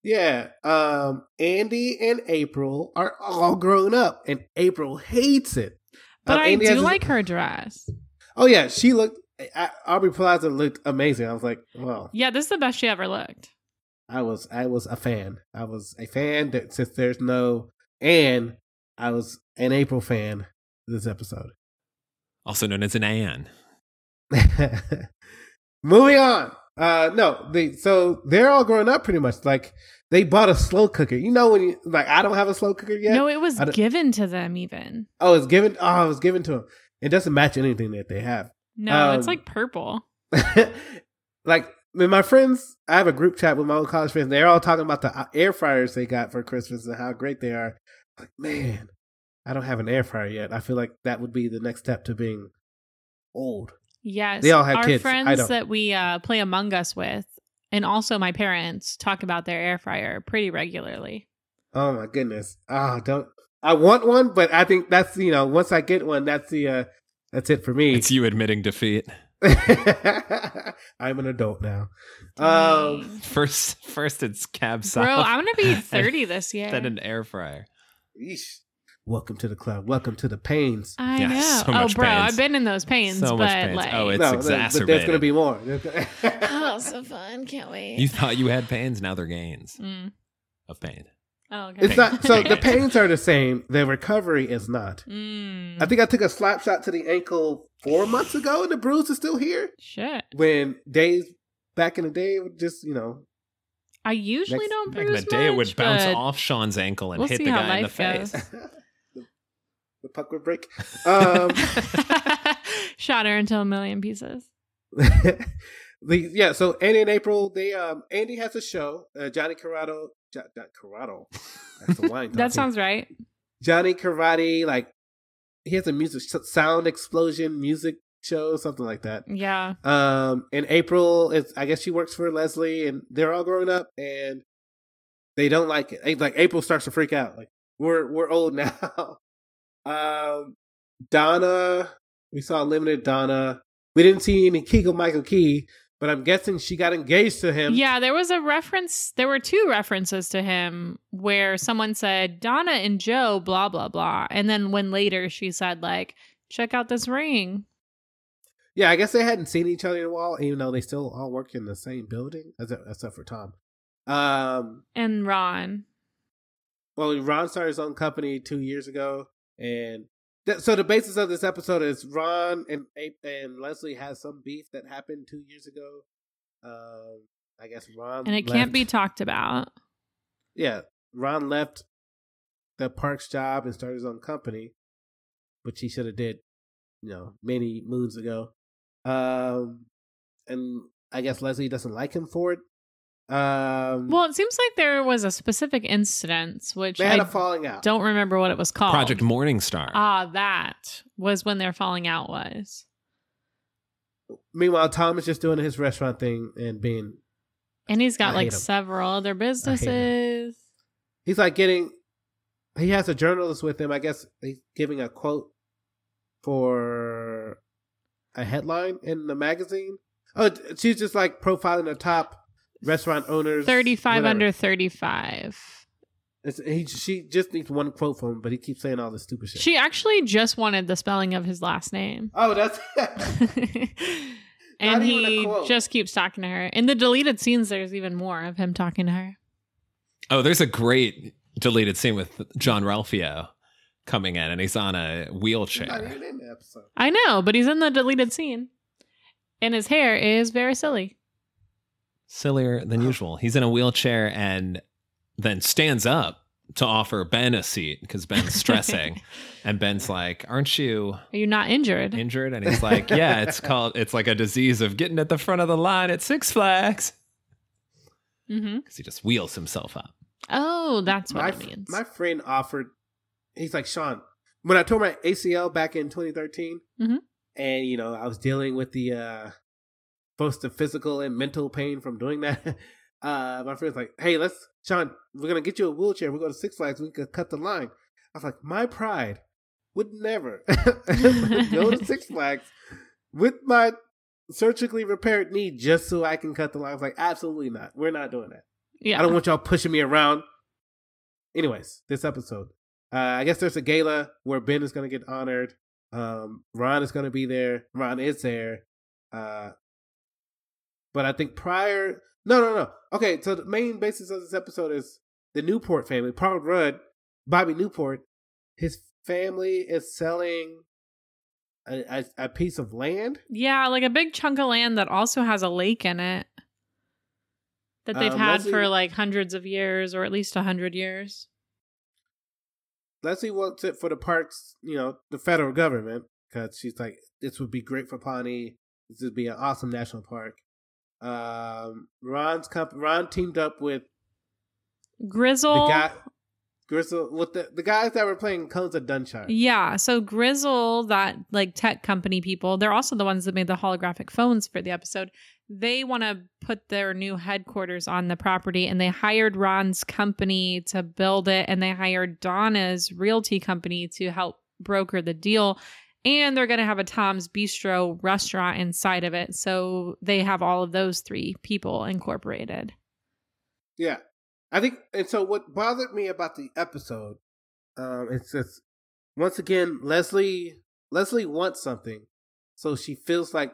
Speaker 5: Yeah. Um. Andy and April are all grown up, and April hates it.
Speaker 4: But
Speaker 5: Um,
Speaker 4: I
Speaker 5: Andy
Speaker 4: do
Speaker 5: has-
Speaker 4: like her dress.
Speaker 5: Oh yeah, she looked. I, Aubrey Plaza looked amazing. I was like, well,
Speaker 4: Yeah, this is the best she ever looked.
Speaker 5: I was I was a fan. I was a fan that, since there's no Anne, I was an April fan this episode.
Speaker 3: Also known as an Anne.
Speaker 5: Moving on. Uh no, they so they're all grown up pretty much. Like they bought a slow cooker. You know when you like I don't have a slow cooker yet.
Speaker 4: No, it was
Speaker 5: I don't-
Speaker 4: given to them even.
Speaker 5: Oh, it's given oh, it was given to them. It doesn't match anything that they have.
Speaker 4: No,
Speaker 5: Um,
Speaker 4: it's like purple.
Speaker 5: like when my friends, I have a group chat with my old college friends. They're all talking about the air fryers they got for Christmas and how great they are. Like, man, I don't have an air fryer yet. I feel like that would be the next step to being old.
Speaker 4: Yes.
Speaker 5: They all have
Speaker 4: Our
Speaker 5: kids. I
Speaker 4: friends
Speaker 5: don't.
Speaker 4: that we uh, play Among Us with, and also my parents, talk about their air fryer pretty regularly.
Speaker 5: Oh my goodness. Oh, don't. I want one, but I think that's you know once I get one, that's the uh, that's it for me.
Speaker 3: It's you admitting defeat.
Speaker 5: I'm an adult now.
Speaker 3: Oh.
Speaker 5: Um,
Speaker 4: Dang.
Speaker 3: First, first it's cab
Speaker 4: Bro,
Speaker 3: salad.
Speaker 4: I'm going to be 30 this year.
Speaker 3: Then an air fryer.
Speaker 5: yeesh. Welcome to the club. Welcome to the pains.
Speaker 4: I
Speaker 3: Yeah,
Speaker 4: know.
Speaker 3: so
Speaker 4: oh,
Speaker 3: much
Speaker 4: bro,
Speaker 3: pains.
Speaker 4: I've been in those pains, but
Speaker 3: So much pains.
Speaker 4: like,
Speaker 3: Oh, it's
Speaker 5: no, but there's gonna
Speaker 3: exacerbated.
Speaker 5: be more.
Speaker 4: oh, so fun! Can't wait.
Speaker 3: You thought you had pains, now they're gains
Speaker 4: Mm.
Speaker 3: of pain.
Speaker 4: Oh, okay.
Speaker 5: It's not so
Speaker 3: Dang
Speaker 5: the
Speaker 3: it.
Speaker 5: pains are the same. The recovery is not.
Speaker 4: Mm,
Speaker 5: I think I took a slap shot to the ankle four months ago, and the bruise is still here.
Speaker 4: shit.
Speaker 5: When days back in the day, it would just you know,
Speaker 4: I usually
Speaker 5: Next-
Speaker 4: don't
Speaker 3: Back
Speaker 4: bruise
Speaker 3: in the day, it would
Speaker 4: much,
Speaker 3: bounce
Speaker 4: but
Speaker 3: off Sean's ankle and
Speaker 4: we'll
Speaker 3: hit
Speaker 4: see
Speaker 3: the
Speaker 4: how
Speaker 3: guy in the
Speaker 4: life goes.
Speaker 3: face.
Speaker 5: the, the puck would break. Um,
Speaker 4: Shot her into a million pieces.
Speaker 5: the, yeah, so Andy and April, they um, Andy has a show. Uh, Johnny Corrado, jo- not Corrado. That's the wine.
Speaker 4: That
Speaker 5: talking.
Speaker 4: sounds right.
Speaker 5: Johnny Karate, like he has a music sound explosion music show, something like that.
Speaker 4: Yeah.
Speaker 5: Um, in April, it's I guess she works for Leslie, and they're all grown up, and they don't like it. Like April starts to freak out, like we're we're old now. um, Donna, we saw limited Donna. We didn't see any Keegan Michael Key, but I'm guessing she got engaged to him.
Speaker 4: Yeah, there was a reference. There were two references to him where someone said Donna and Joe, blah blah blah, and then when later she said like, "Check out this ring."
Speaker 5: yeah. I guess they hadn't seen each other in a while, even though they still all work in the same building, except, except for Tom. Um,
Speaker 4: And Ron,
Speaker 5: well, Ron started his own company two years ago, and th- so the basis of this episode is Ron and A- and Leslie has some beef that happened two years ago. Um, I guess Ron
Speaker 4: and it can't
Speaker 5: left-
Speaker 4: be talked about.
Speaker 5: yeah. Ron left the Parks job and started his own company, which he should have did, you know, many moons ago. Um, and I guess Leslie doesn't like him for it. Um,
Speaker 4: Well, it seems like there was a specific incident which
Speaker 5: they had
Speaker 4: I
Speaker 5: a falling out.
Speaker 4: don't remember what it was called.
Speaker 3: Project Morningstar.
Speaker 4: Ah, that was when their falling out was.
Speaker 5: Meanwhile, Tom is just doing his restaurant thing and being
Speaker 4: And he's got
Speaker 5: I
Speaker 4: like
Speaker 5: hate him.
Speaker 4: several other businesses.
Speaker 5: he's like getting he has a journalist with him. I guess he's giving a quote for a headline in the magazine. Oh, she's just like profiling the top restaurant owners.
Speaker 4: 35
Speaker 5: whatever.
Speaker 4: under 35.
Speaker 5: It's, he, she just needs one quote from him, but he keeps saying all this stupid shit.
Speaker 4: She actually just wanted the spelling of his last name.
Speaker 5: oh, that's
Speaker 4: and
Speaker 5: Not even a
Speaker 4: he
Speaker 5: quote.
Speaker 4: just keeps talking to her. In the deleted scenes, there's even more of him talking to her.
Speaker 3: Oh, there's a great deleted scene with John Ralphio coming in, and he's on a
Speaker 5: He's not
Speaker 3: wheelchair.
Speaker 5: even in the episode.
Speaker 4: I know, but he's in the deleted scene. And his hair is very silly.
Speaker 3: Sillier than
Speaker 4: Oh.
Speaker 3: usual. He's in a wheelchair and then stands up to offer Ben a seat because Ben's stressing. and Ben's like, Aren't you
Speaker 4: Are you not injured?
Speaker 3: injured? And he's like, Yeah, it's called, it's like a disease of getting at the front of the line at Six Flags.
Speaker 4: hmm
Speaker 3: Because he just wheels himself up.
Speaker 4: Oh, that's what
Speaker 5: my,
Speaker 4: it
Speaker 5: f-
Speaker 4: means.
Speaker 5: my friend offered. He's like Sean. When I tore my ACL back in 2013,
Speaker 4: Mhm.
Speaker 5: and you know I was dealing with the uh both the physical and mental pain from doing that. Uh, my friend's like, "Hey, let's Sean. We're gonna get you a wheelchair. We go to Six Flags. We can cut the line." I was like, "My pride would never go to Six Flags with my surgically repaired knee just so I can cut the line." I was like, "Absolutely not. We're not doing that."
Speaker 4: yeah.
Speaker 5: I don't want y'all pushing me around. Anyways, this episode. Uh, I guess there's a gala where Ben is going to get honored. Um, Ron is going to be there. Ron is there. Uh, but I think prior. No, no, no. Okay, so the main basis of this episode is the Newport family. Paul Rudd, Bobby Newport, his family is selling a, a, a piece of land.
Speaker 4: Yeah, like a big chunk of land that also has a lake in it that they've
Speaker 5: Um,
Speaker 4: had
Speaker 5: Leslie-
Speaker 4: for like hundreds of years or at least a hundred years.
Speaker 5: Leslie wants it for the parks, you know, the federal government, because she's like, this would be great for Pawnee. This would be an awesome national park. Um, Ron's comp- Ron teamed up with
Speaker 4: Grizzle.
Speaker 5: the guy, Gristle, with the, the guys that were playing Cones of Dunshire.
Speaker 4: yeah, so Grizzle, that like tech company people, they're also the ones that made the holographic phones for the episode. They want to put their new headquarters on the property and they hired Ron's company to build it and they hired Donna's realty company to help broker the deal. and they're going to have a Tom's Bistro restaurant inside of it. So they have all of those three people incorporated.
Speaker 5: Yeah. I think, and so what bothered me about the episode, um, it's just, once again, Leslie, Leslie wants something. So she feels like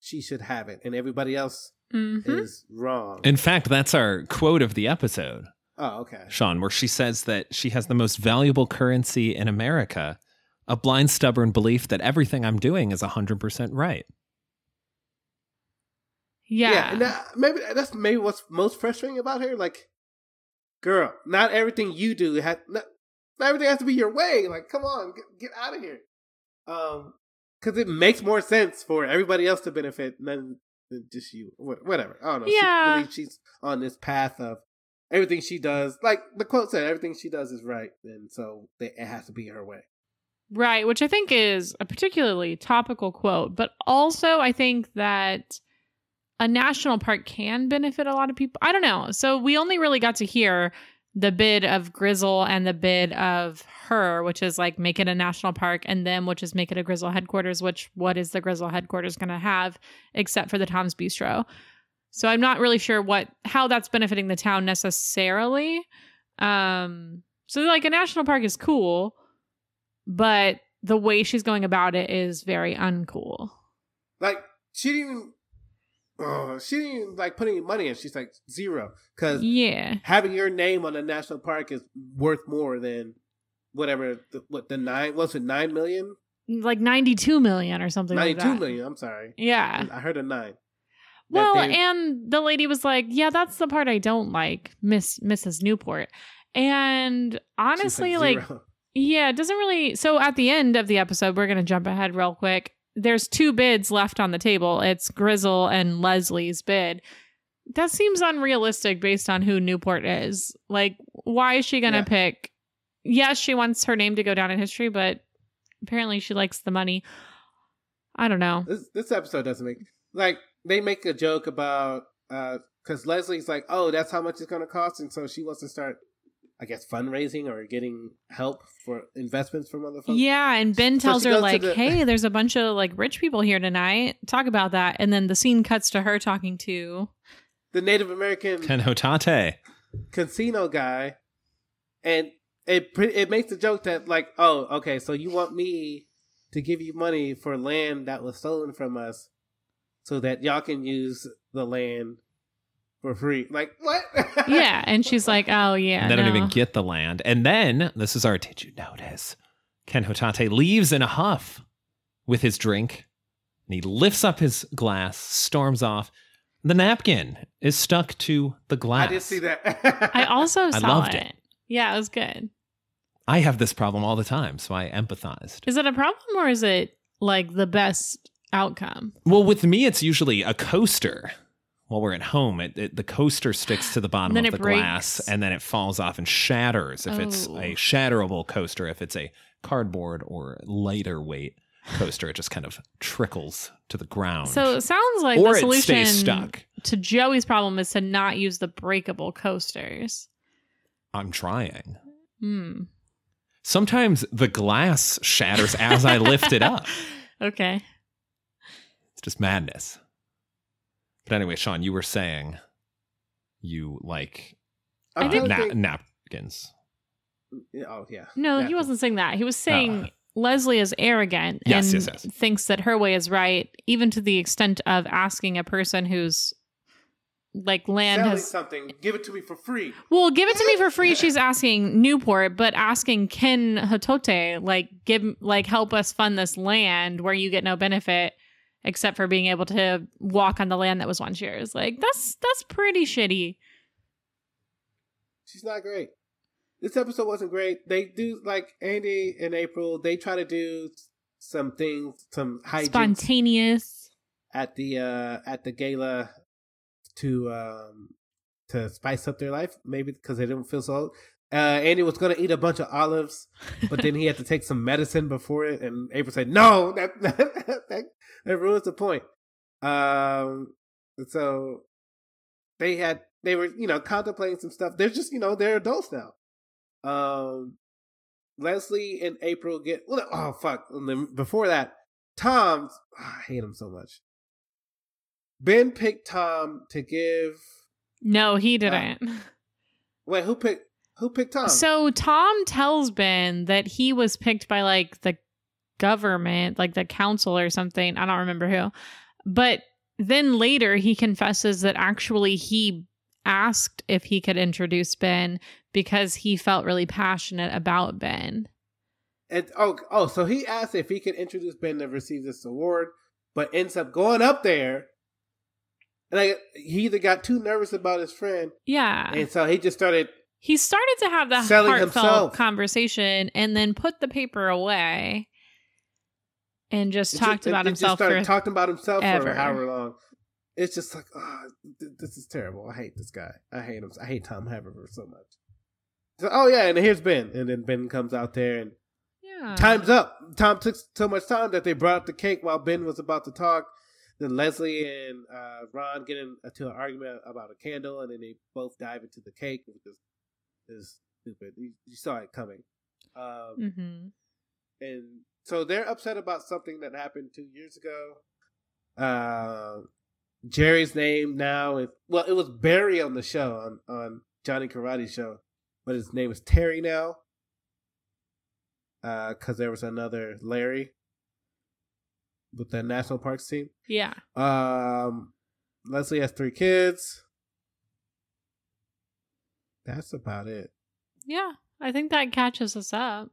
Speaker 5: she should have it, and everybody else
Speaker 4: hmm
Speaker 5: is wrong.
Speaker 3: In fact, that's our quote of the episode
Speaker 5: Oh, okay.
Speaker 3: Sean, where she says that she has the most valuable currency in America, a blind, stubborn belief that everything I'm doing is 100% right.
Speaker 4: Yeah.
Speaker 5: and that, maybe that's maybe what's most frustrating about her. Like, girl, not everything you do has not, not everything has to be your way. Like, come on, get, get out of here. Um, because it makes more sense for everybody else to benefit than, than just you. Wha- Whatever. I don't know. She
Speaker 4: Yeah.
Speaker 5: believes she's on this path of everything she does. Like the quote said, everything she does is right, and so they, it has to be her way.
Speaker 4: Right, which I think is a particularly topical quote, but also I think that a national park can benefit a lot of people. I don't know. So we only really got to hear the bid of Grizzle and the bid of her, which is like make it a national park, and them, which is make it a Grizzle headquarters, which what is the Grizzle headquarters going to have except for the Tom's Bistro? So I'm not really sure what how that's benefiting the town necessarily. Um so like a national park is cool, but the way she's going about it is very uncool.
Speaker 5: Like she didn't. even- Oh, she didn't even, like put any money in. She's like zero because
Speaker 4: Yeah.
Speaker 5: having your name on a national park is worth more than whatever the, what the nine was it nine million
Speaker 4: Like 92 million or something
Speaker 5: ninety
Speaker 4: like
Speaker 5: two
Speaker 4: that.
Speaker 5: million I'm sorry
Speaker 4: Yeah.
Speaker 5: I heard a nine that
Speaker 4: Well,
Speaker 5: they-
Speaker 4: and the lady was like, "Yeah, that's the part I don't like, Miss Mrs. Newport." And honestly,
Speaker 5: She's
Speaker 4: like
Speaker 5: zero.
Speaker 4: Yeah, it doesn't really. So at the end of the episode, we're going to jump ahead real quick. There's two bids left on the table it's Grizzle and Leslie's bid. That seems unrealistic based on who Newport is. Like, why is she going to
Speaker 5: Yeah.
Speaker 4: pick? Yes, she wants her name to go down in history, but apparently she likes the money. I don't know.
Speaker 5: this this episode doesn't make like they make a joke about uh because Leslie's like oh that's how much it's gonna cost and so she wants to start I guess fundraising or getting help for investments from other folks
Speaker 4: Yeah, and Ben
Speaker 5: So
Speaker 4: tells
Speaker 5: she
Speaker 4: her
Speaker 5: goes to
Speaker 4: like,
Speaker 5: the-
Speaker 4: "Hey, there's a bunch of like rich people here tonight. Talk about that." And then the scene cuts to her talking to
Speaker 5: the Native American
Speaker 3: Ken Hotate.
Speaker 5: casino guy, and it pre- it makes the joke that like, oh, okay, so you want me to give you money for land that was stolen from us, so that y'all can use the land for free? Like what?
Speaker 4: yeah, and she's like, "Oh yeah,
Speaker 3: and they don't
Speaker 4: no."
Speaker 3: even get the land. And then, this is our did you notice? Ken Hotate leaves in a huff with his drink. And he lifts up his glass, storms off. The napkin is stuck to the
Speaker 5: I
Speaker 3: glass.
Speaker 5: didn't see that.
Speaker 4: I also saw
Speaker 3: loved
Speaker 4: it.
Speaker 3: it.
Speaker 4: Yeah, it was good.
Speaker 3: I have this problem all the time, so I empathized.
Speaker 4: Is it a problem or is it like the best outcome?
Speaker 3: Well, with me, it's usually a coaster. While we're at home, it, it- the coaster sticks to the bottom
Speaker 4: Then
Speaker 3: of
Speaker 4: it
Speaker 3: the glass,
Speaker 4: breaks.
Speaker 3: and then it falls off and shatters. If it's
Speaker 4: Oh.
Speaker 3: a shatterable coaster, if it's a cardboard or lighter weight coaster, it just kind of trickles to the ground.
Speaker 4: So it sounds like
Speaker 3: or
Speaker 4: the
Speaker 3: it
Speaker 4: solution
Speaker 3: stays stuck.
Speaker 4: to Joey's problem is to not use the breakable coasters.
Speaker 3: I'm trying.
Speaker 4: Hmm.
Speaker 3: Sometimes the glass shatters as I lift it up.
Speaker 4: Okay.
Speaker 3: It's just madness. But anyway, Sean, you were saying you like uh,
Speaker 5: I'm
Speaker 4: I
Speaker 5: trying
Speaker 4: think-
Speaker 5: to
Speaker 3: na-
Speaker 5: think-
Speaker 3: napkins.
Speaker 5: Yeah, oh yeah.
Speaker 4: No, he
Speaker 5: Yeah.
Speaker 4: wasn't saying that. He was saying Leslie is arrogant
Speaker 3: Oh. Yes,
Speaker 4: and
Speaker 3: yes, yes.
Speaker 4: thinks that her way is right, even to the extent of asking a person who's like land
Speaker 5: Sell me
Speaker 4: has
Speaker 5: something. Give it to me for free.
Speaker 4: Well, give it to me for free. She's asking Newport, but asking Ken Hotote, like give, like help us fund this land where you get no benefit except for being able to walk on the land that was once yours. Like that's that's pretty shitty.
Speaker 5: She's not great. This episode wasn't great. They do like Andy and April. They try to do some things, some hygiene
Speaker 4: Spontaneous.
Speaker 5: at the uh at the gala to um to spice up their life maybe because they didn't feel so old. uh andy was gonna eat a bunch of olives but then he had to take some medicine before it and april said no that that, that, ruins the point um so they had they were you know contemplating some stuff they're just you know they're adults now um leslie and april get well, oh fuck and then before that Tom, I hate him so much. Ben picked Tom to give.
Speaker 4: No, he didn't.
Speaker 5: Wait, who picked? Who picked Tom?
Speaker 4: So Tom tells Ben that he was picked by like the government, like the council or something. I don't remember who. But then later he confesses that actually he asked if he could introduce Ben because he felt really passionate about Ben.
Speaker 5: And oh, oh, so he asked if he could introduce Ben to receive this award, but ends up going up there. And I, he either got too nervous about his friend,
Speaker 4: Yeah.
Speaker 5: and so he just started.
Speaker 4: he started to have the
Speaker 5: Selling
Speaker 4: heartfelt
Speaker 5: himself.
Speaker 4: conversation and then put the paper away and just
Speaker 5: it
Speaker 4: talked
Speaker 5: just-
Speaker 4: about
Speaker 5: it just
Speaker 4: himself
Speaker 5: started
Speaker 4: for
Speaker 5: talking about himself
Speaker 4: ever.
Speaker 5: for however long. It's just like, oh, th- this is terrible. I hate this guy. I hate him. I hate Tom Haverford so much. So, oh yeah, and here's Ben, and then Ben comes out there, and
Speaker 4: yeah.
Speaker 5: time's up. Tom took so much time that they brought up the cake while Ben was about to talk. Then Leslie and uh, Ron get into an argument about a candle, and then they both dive into the cake, which is, is stupid. You, you saw it coming. Um,
Speaker 4: hmm
Speaker 5: And so they're upset about something that happened two years ago. Uh, Jerry's name now is well, it was Barry on the show on on Johnny Karate's show, but his name is Terry now. Because there was another Larry with the National Parks team.
Speaker 4: Yeah.
Speaker 5: Um, Leslie has three kids. That's about it.
Speaker 4: Yeah. I think that catches us up.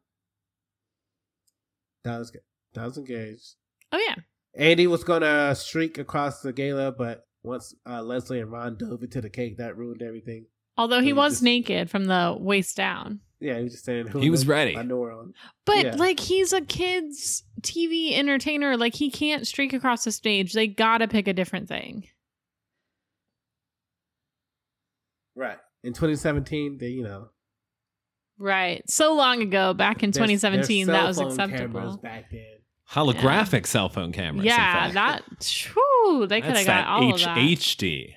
Speaker 5: Don's, Don's engaged.
Speaker 4: Oh yeah.
Speaker 5: Andy was gonna streak across the gala, but once uh, Leslie and Ron dove into the cake, that ruined everything.
Speaker 4: Although he
Speaker 5: He
Speaker 4: was
Speaker 5: just-
Speaker 4: naked from the waist down.
Speaker 5: Yeah, he was just saying
Speaker 3: He was ready.
Speaker 5: I know we're on.
Speaker 4: But
Speaker 5: Yeah.
Speaker 4: like he's a kids TV entertainer. Like he can't streak across the stage. They gotta pick a different thing.
Speaker 5: Right in 2017, they you know
Speaker 4: Right. So long ago, back in
Speaker 5: their- their
Speaker 4: 2017, that
Speaker 5: cell
Speaker 4: was
Speaker 5: phone
Speaker 4: acceptable.
Speaker 5: cameras Back then,
Speaker 3: Holographic cell phone cameras. in
Speaker 4: Yeah,
Speaker 3: fact.
Speaker 4: that whew, they could
Speaker 3: That's
Speaker 4: have got
Speaker 3: that
Speaker 4: all of
Speaker 3: H-
Speaker 4: that.
Speaker 3: HD.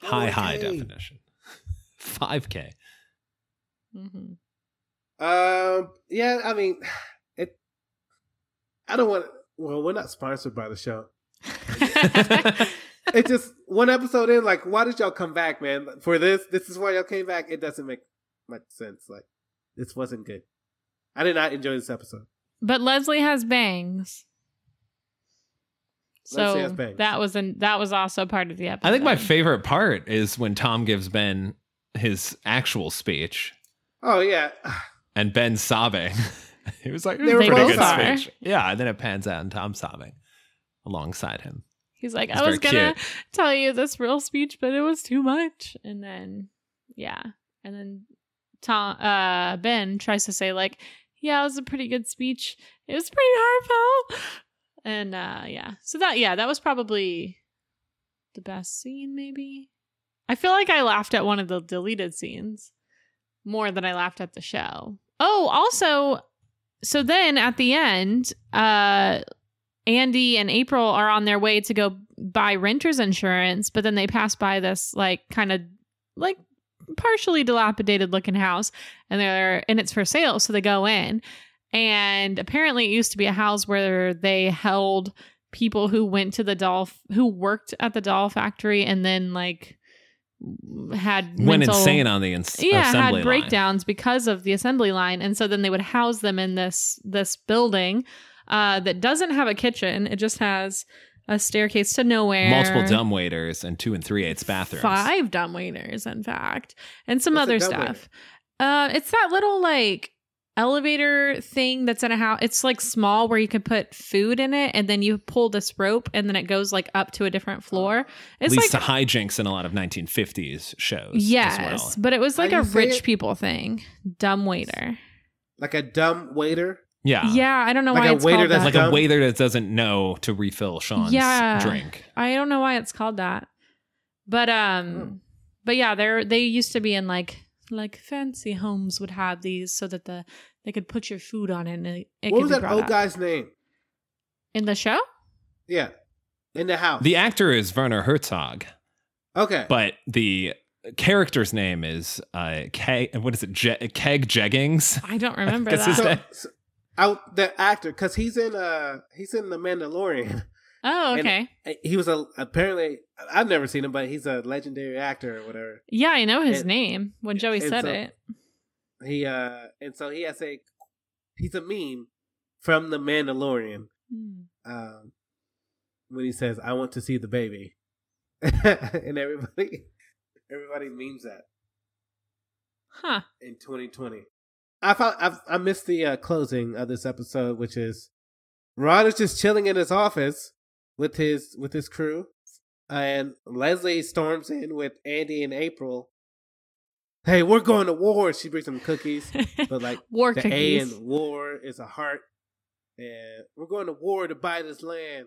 Speaker 3: High, high
Speaker 5: 4K.
Speaker 3: definition. 5K.
Speaker 4: hmm
Speaker 5: Um, yeah, I mean, it. I don't want. Well, we're not sponsored by the show.
Speaker 4: Mm-hmm.
Speaker 5: It just one episode in, like, why did y'all come back, man? For this, this is why y'all came back. It doesn't make much sense. Like, this wasn't good. I did not enjoy this episode.
Speaker 4: but Leslie has bangs. So
Speaker 5: Leslie has bangs.
Speaker 4: that was an that was also part of the episode.
Speaker 3: I think my favorite part is when Tom gives Ben his actual speech
Speaker 5: Oh yeah,
Speaker 3: and Ben's sobbing. he was like,
Speaker 5: They were
Speaker 3: pretty
Speaker 5: both
Speaker 3: good
Speaker 4: are.
Speaker 3: speech. Yeah, and then it pans out and Tom's sobbing alongside him.
Speaker 4: He's like,
Speaker 3: It's
Speaker 4: I was
Speaker 3: very
Speaker 4: gonna tell you this real speech, but it was too much. And then, yeah, and then Tom, uh, Ben tries to say like, yeah, it was a pretty good speech. It was pretty heartfelt. And uh, yeah, so that yeah, that was probably the best scene. Maybe I feel like I laughed at one of the deleted scenes more than I laughed at the show. Oh, also, so then at the end, uh. Andy and April are on their way to go buy renter's insurance, but then they pass by this like kind of like partially dilapidated looking house and they're and it's for sale, so they go in. And apparently it used to be a house where they held people who went to the doll who worked at the doll factory and then like had
Speaker 3: Went
Speaker 4: mental-
Speaker 3: insane on the ins-
Speaker 4: yeah
Speaker 3: assembly
Speaker 4: had
Speaker 3: line.
Speaker 4: breakdowns because of the assembly line and so then they would house them in this this building uh that doesn't have a kitchen it just has a staircase to nowhere
Speaker 3: Multiple dumb waiters and two and three eighths bathrooms.
Speaker 4: five dumb waiters in fact and some
Speaker 5: What's a
Speaker 4: other
Speaker 5: dumbwaiter?
Speaker 4: stuff uh it's that little like elevator thing that's in a house it's like small where you can put food in it and then you pull this rope and then it goes like up to a different floor
Speaker 3: At
Speaker 4: it's
Speaker 3: least
Speaker 4: like
Speaker 3: to hijinks in a lot of 1950s shows. as
Speaker 4: yes
Speaker 3: well.
Speaker 4: but it was
Speaker 5: How
Speaker 4: like
Speaker 5: do
Speaker 4: a
Speaker 5: you say
Speaker 4: rich
Speaker 5: it?
Speaker 4: people thing dumb waiter
Speaker 5: like a dumb waiter.
Speaker 3: Yeah.
Speaker 4: Yeah, I don't know
Speaker 5: Like
Speaker 4: why
Speaker 5: a
Speaker 4: it's
Speaker 5: waiter
Speaker 4: called
Speaker 5: that's
Speaker 4: that.
Speaker 3: Like a
Speaker 5: Dumb.
Speaker 3: waiter that doesn't know to refill Sean's
Speaker 4: Yeah.
Speaker 3: drink.
Speaker 4: I don't know why it's called that. But um but yeah, they're they used to be in like like fancy homes would have these so that the they could put your food on it and it, it
Speaker 5: what
Speaker 4: could
Speaker 5: was
Speaker 4: be
Speaker 5: that
Speaker 4: brought
Speaker 5: old
Speaker 4: up.
Speaker 5: guy's name?
Speaker 4: in the show?
Speaker 5: Yeah, in the house.
Speaker 3: The actor is Werner Herzog,
Speaker 5: okay,
Speaker 3: but the character's name is uh, Keg. What is it? Je- Keg Jeggings.
Speaker 4: I don't remember
Speaker 3: That's
Speaker 4: that.
Speaker 3: his
Speaker 5: so,
Speaker 3: name.
Speaker 5: so out the actor because he's in uh he's in the Mandalorian.
Speaker 4: oh,
Speaker 5: and-
Speaker 4: okay.
Speaker 5: He was a apparently I've never seen him, but he's a legendary actor or whatever.
Speaker 4: yeah, I know his
Speaker 5: and-
Speaker 4: name when Joey
Speaker 5: and
Speaker 4: said
Speaker 5: so-
Speaker 4: it.
Speaker 5: He uh and so he has a he's a meme from the Mandalorian.
Speaker 4: Hmm.
Speaker 5: Um, when he says, "I want to see the baby," and everybody Everybody memes that
Speaker 4: Huh.
Speaker 5: in 2020. I found I've, I missed the uh, closing of this episode, which is Ron is just chilling in his office with his with his crew, and Leslie storms in with Andy and April. Hey, we're going to war. She brings them cookies, but like
Speaker 4: War
Speaker 5: the A
Speaker 4: cookies.
Speaker 5: in war is a heart, and we're going to war to buy this land.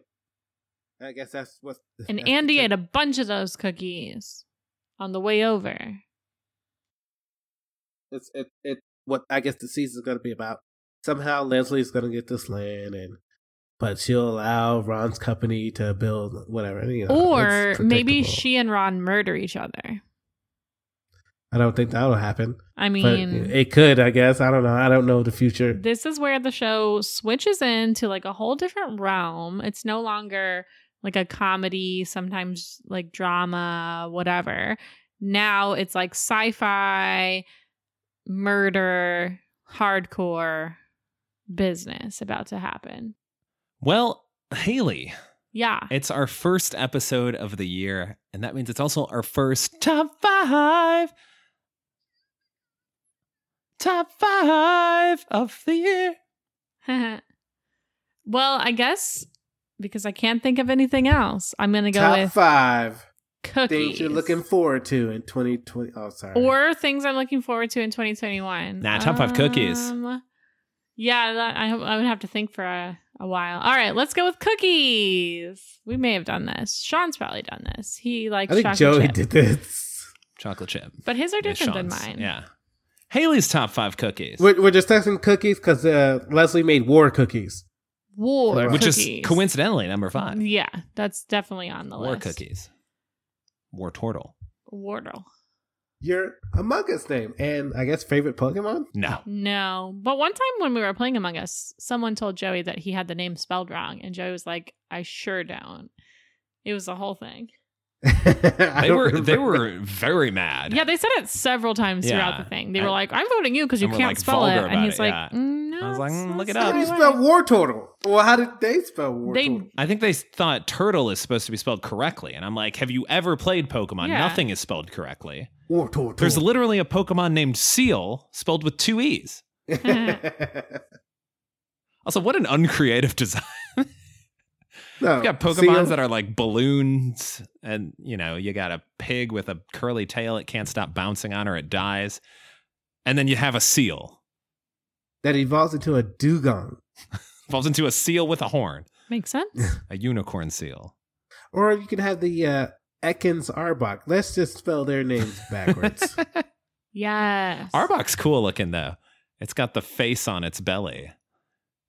Speaker 5: I guess that's what.
Speaker 4: And
Speaker 5: that's the
Speaker 4: Andy
Speaker 5: tip.
Speaker 4: ate a bunch of those cookies on the way over.
Speaker 5: it's it, it what I guess the season's gonna be about. Somehow Leslie's gonna get this land and but she'll allow Ron's company to build whatever. you know,
Speaker 4: or
Speaker 5: it's
Speaker 4: maybe
Speaker 5: predictable.
Speaker 4: she and Ron murder each other.
Speaker 5: I don't think that'll happen.
Speaker 4: I
Speaker 5: But
Speaker 4: mean,
Speaker 5: it could, I guess. I don't know. I don't know the future.
Speaker 4: this is where the show switches into like a whole different realm. It's no longer like a comedy, sometimes like drama, whatever. Now it's like sci-fi, murder, hardcore business about to happen.
Speaker 3: Well, Haley,
Speaker 4: Yeah.
Speaker 3: it's our first episode of the year, and that means it's also our first top five. Top five of the year.
Speaker 4: well, I guess because I can't think of anything else, I'm going to go
Speaker 5: Top
Speaker 4: with
Speaker 5: five
Speaker 4: cookies.
Speaker 5: things you're looking forward to in 2020. Oh, sorry.
Speaker 4: or things I'm looking forward to in 2021.
Speaker 3: Nah, top five cookies.
Speaker 4: Um, Yeah, that, I, I would have to think for a, a while. All right, let's go with cookies. We may have done this. Sean's probably done this. He likes
Speaker 5: I think
Speaker 4: chocolate
Speaker 5: Joey
Speaker 4: chip.
Speaker 5: did this.
Speaker 3: Chocolate chip.
Speaker 4: But his are
Speaker 3: Miss
Speaker 4: different than
Speaker 3: Sean's.
Speaker 4: mine.
Speaker 3: Yeah. Haley's top five cookies,
Speaker 5: We're, we're discussing cookies because uh, Leslie made war cookies.
Speaker 4: War
Speaker 3: which is
Speaker 4: cookies.
Speaker 3: coincidentally number five.
Speaker 4: Yeah, that's definitely on the
Speaker 3: War
Speaker 4: list.
Speaker 3: cookies. War turtle.
Speaker 4: Wardle.
Speaker 5: Your Among Us name and I guess favorite Pokemon?
Speaker 3: No.
Speaker 4: No. But one time when we were playing Among Us, someone told Joey that he had the name spelled wrong, and Joey was like, I sure don't. It was the whole thing.
Speaker 5: I
Speaker 3: They
Speaker 5: don't
Speaker 3: were they
Speaker 5: remember.
Speaker 3: were very mad.
Speaker 4: Yeah, they said it several times throughout
Speaker 3: Yeah.
Speaker 4: the thing. They
Speaker 3: I-
Speaker 4: were like, I'm voting you because you
Speaker 3: And we're,
Speaker 4: can't
Speaker 3: like,
Speaker 4: spell it.
Speaker 3: vulgar
Speaker 4: And
Speaker 3: about
Speaker 4: he's
Speaker 3: it,
Speaker 4: like,
Speaker 3: yeah.
Speaker 4: "Mm, no.
Speaker 3: I was like,
Speaker 4: it's-
Speaker 3: "Mm, look
Speaker 4: it's
Speaker 3: it
Speaker 4: not
Speaker 5: How do you
Speaker 4: right."
Speaker 5: spell war turtle? Well, how did they spell war
Speaker 4: They-
Speaker 5: turtle?
Speaker 3: I think they thought turtle is supposed to be spelled correctly. And I'm like, have you ever played Pokemon?
Speaker 4: Yeah.
Speaker 3: Nothing is spelled correctly.
Speaker 5: War turtle.
Speaker 3: There's literally a Pokemon named Seal spelled with two E's. Also, what an uncreative design.
Speaker 5: no,
Speaker 4: Oh,
Speaker 3: You've got Pokemons
Speaker 4: um,
Speaker 3: that are like balloons, and you know, you got a pig with a curly tail it can't stop bouncing on or it dies. And then you have a seal.
Speaker 5: that evolves into a dugong
Speaker 3: Evolves into a seal with a horn.
Speaker 4: Makes sense.
Speaker 3: A unicorn seal.
Speaker 5: or you can have the uh, Ekans Arbok. Let's just spell their names backwards.
Speaker 4: Yes.
Speaker 3: Arbok's cool looking though. It's got the face on its belly.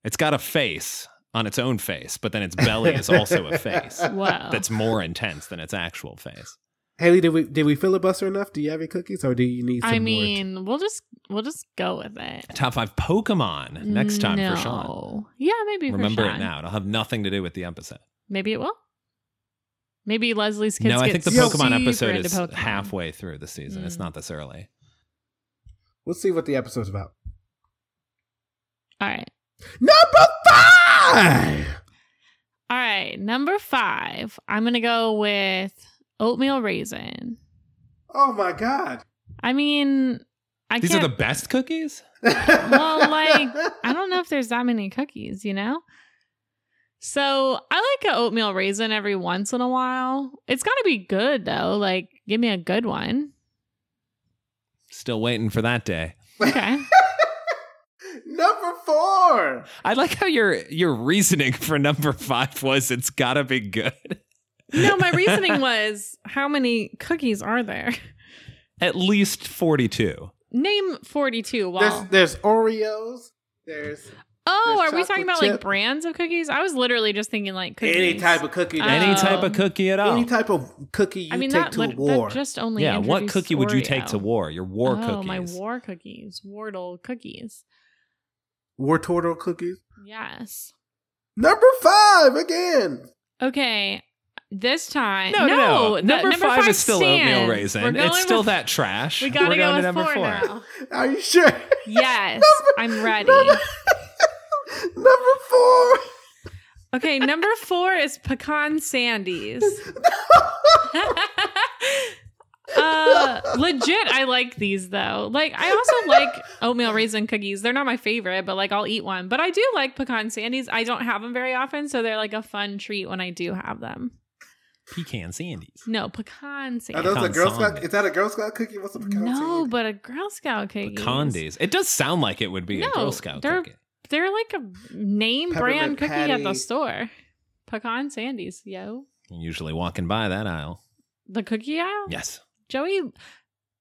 Speaker 3: It's got a face on its own face, but then its belly is also a face
Speaker 4: Wow.
Speaker 3: that's more intense than its actual face.
Speaker 5: Haley, did we did we filibuster enough? Do you have your cookies, or do you need? Some
Speaker 4: I
Speaker 5: more
Speaker 4: mean, we'll just we'll just go with it.
Speaker 3: Top five Pokemon next time for Sean.
Speaker 4: No. Yeah, maybe
Speaker 3: Remember
Speaker 4: for Sean.
Speaker 3: it now. It'll have nothing to do with the episode.
Speaker 4: Maybe it will. Maybe Leslie's kids.
Speaker 3: no, I
Speaker 4: get
Speaker 3: think the
Speaker 5: Yo.
Speaker 4: super
Speaker 3: Pokemon episode
Speaker 4: into
Speaker 3: is
Speaker 4: Pokemon.
Speaker 3: halfway through the season. It's
Speaker 4: Mm.
Speaker 3: not this early.
Speaker 5: We'll see what the episode's about.
Speaker 4: All right.
Speaker 5: Number five.
Speaker 4: All right, number five. I'm gonna go with oatmeal raisin.
Speaker 5: Oh my god.
Speaker 4: I mean, I
Speaker 3: These
Speaker 4: can't.
Speaker 3: are the best cookies?
Speaker 5: well,
Speaker 4: like, I don't know if there's that many cookies, you know. So I like a oatmeal raisin every once in a while. It's gotta be good though. Like, give me a good one.
Speaker 3: Still waiting for that day.
Speaker 4: Okay.
Speaker 5: number four.
Speaker 3: I like how your your reasoning for number five was it's gotta be good.
Speaker 4: no, my reasoning was how many cookies are there?
Speaker 3: At least 42.
Speaker 4: Name forty-two. Wow.
Speaker 5: There's there's Oreos. There's
Speaker 4: oh,
Speaker 5: there's
Speaker 4: are we talking
Speaker 5: chocolate
Speaker 4: about
Speaker 5: chip.
Speaker 4: like brands of cookies? I was literally just thinking like cookies.
Speaker 5: any type of cookie. that
Speaker 3: Any
Speaker 4: Oh.
Speaker 3: type of cookie at all.
Speaker 5: Any type of cookie you
Speaker 4: I mean,
Speaker 5: take
Speaker 4: that,
Speaker 5: to
Speaker 4: lit-
Speaker 5: a war.
Speaker 4: that just only
Speaker 3: yeah, what
Speaker 4: introduced
Speaker 3: cookie would you take
Speaker 4: Oreo.
Speaker 3: to war? Your war
Speaker 4: oh,
Speaker 3: cookies.
Speaker 4: my war cookies, Wardle cookies.
Speaker 5: War turtle cookies.
Speaker 4: Yes.
Speaker 5: Number five again.
Speaker 4: Okay. This time,
Speaker 3: No, no, no.
Speaker 4: the-
Speaker 3: Number, five, is still oatmeal
Speaker 4: stands.
Speaker 3: raisin.
Speaker 4: We're
Speaker 3: It's
Speaker 4: going
Speaker 3: still
Speaker 4: with-
Speaker 3: that trash.
Speaker 4: We gotta
Speaker 3: We're
Speaker 4: go
Speaker 3: going
Speaker 4: with
Speaker 3: to number
Speaker 4: four,
Speaker 3: four.
Speaker 4: now.
Speaker 5: Are you sure?
Speaker 4: Yes, I'm ready.
Speaker 5: Number four.
Speaker 4: Okay, number four is pecan sandies. Uh, legit, I like these though. Like, I also like oatmeal raisin cookies. They're not my favorite, but like I'll eat one. But I do like pecan sandies. I don't have them very often, so they're like a fun treat when I do have them.
Speaker 3: Pecan sandies.
Speaker 4: No pecan sandies.
Speaker 5: Are those a Girl
Speaker 3: Pecan
Speaker 5: Scout? Is that a Girl Scout cookie? What's a pecan?
Speaker 4: No,
Speaker 5: seed?
Speaker 4: but a Girl Scout cookie.
Speaker 3: Condies. It does sound like it would be a
Speaker 4: No,
Speaker 3: Girl Scout
Speaker 4: they're-
Speaker 3: cookie.
Speaker 4: They're like a name brand
Speaker 5: Peppermint
Speaker 4: cookie at the
Speaker 5: patty.
Speaker 4: store. Pecan sandies, yo.
Speaker 3: I'm usually walking by that aisle.
Speaker 4: The cookie aisle?
Speaker 3: Yes.
Speaker 4: Joey,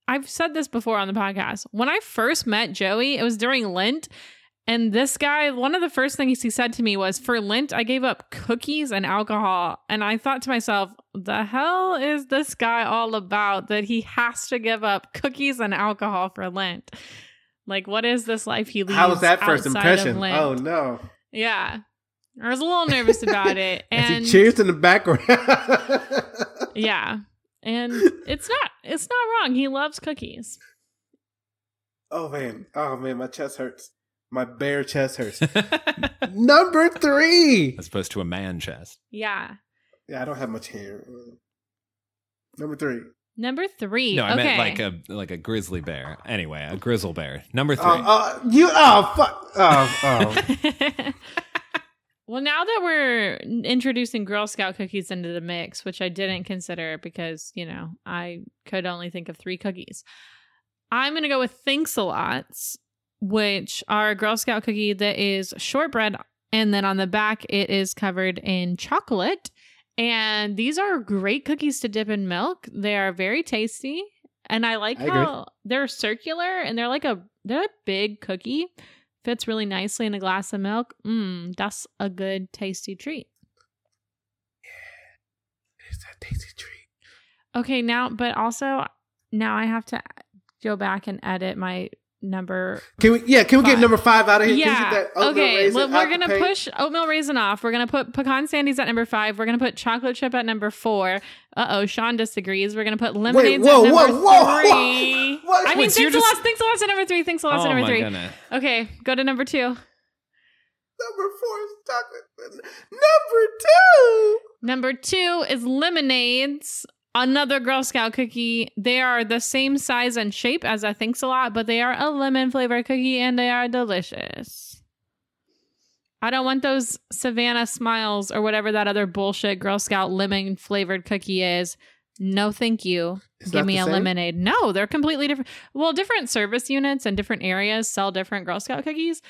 Speaker 4: I've said this before on the podcast. When I first met Joey, it was during Lent. And this guy, one of the first things he said to me was, For Lent, I gave up cookies and alcohol. And I thought to myself, The hell is this guy all about that he has to give up cookies and alcohol for Lent? Like, what is this life he leads?
Speaker 5: How was that first
Speaker 4: outside of
Speaker 5: impression?
Speaker 4: Lent?
Speaker 5: Oh no!
Speaker 4: Yeah. I was a little nervous about it.
Speaker 5: And
Speaker 4: and
Speaker 5: she cheers in the background.
Speaker 4: yeah. And it's not it's not wrong. He loves cookies.
Speaker 5: oh man! Oh man! My chest hurts. My bare chest hurts. Number three.
Speaker 3: As opposed to a man chest.
Speaker 4: Yeah.
Speaker 5: Yeah, I don't have much hair. Number three.
Speaker 4: Number three.
Speaker 3: No, I
Speaker 4: okay.
Speaker 3: meant like a like a grizzly bear. Anyway, a grizzle bear. Number three.
Speaker 5: Oh, oh, you. Oh fuck. Oh, oh.
Speaker 4: well, now that we're introducing Girl Scout cookies into the mix, which I didn't consider because, you know, I could only think of three cookies, I'm going to go with Thanks a Lots, which are a Girl Scout cookie that is shortbread. And then on the back, it is covered in chocolate. And these are great cookies to dip in milk. They are very tasty. And I like
Speaker 5: I agree.
Speaker 4: how they're circular and they're like a they're a big cookie fits really nicely in a glass of milk. Mmm, that's a good tasty treat.
Speaker 5: It's that tasty treat.
Speaker 4: Okay, now but also now I have to go back and edit my number.
Speaker 5: Can we? Yeah. Can we
Speaker 4: Five.
Speaker 5: get number five out of here? Can you
Speaker 4: yeah.
Speaker 5: get that oatmeal
Speaker 4: okay.
Speaker 5: raisin
Speaker 4: Well,
Speaker 5: out
Speaker 4: we're
Speaker 5: the
Speaker 4: gonna
Speaker 5: paint?
Speaker 4: push oatmeal raisin off. We're gonna put pecan sandies at number five. We're gonna put chocolate chip at number four. Uh oh, Sean disagrees. We're gonna put lemonades
Speaker 5: whoa,
Speaker 4: at
Speaker 5: whoa,
Speaker 4: number
Speaker 5: whoa, whoa.
Speaker 4: three.
Speaker 5: What?
Speaker 4: I mean,
Speaker 3: Wait, so you're
Speaker 4: thanks a
Speaker 3: just-
Speaker 4: lot. Thanks a lot at number three. Thanks a lot
Speaker 3: oh
Speaker 4: at number
Speaker 3: my
Speaker 4: three.
Speaker 3: goodness.
Speaker 4: Okay, go to number two.
Speaker 5: Number four is chocolate. Number two.
Speaker 4: Number two is lemonades. Another Girl Scout cookie. They are the same size and shape as a Thanks a Lot, but they are a lemon flavored cookie and they are delicious. I don't want those Savannah Smiles or whatever that other bullshit Girl Scout lemon flavored cookie is. No, thank you.
Speaker 5: It's
Speaker 4: Give
Speaker 5: not
Speaker 4: me
Speaker 5: the
Speaker 4: a
Speaker 5: same?
Speaker 4: lemonade. No, they're completely different. Well, different service units and different areas sell different Girl Scout cookies.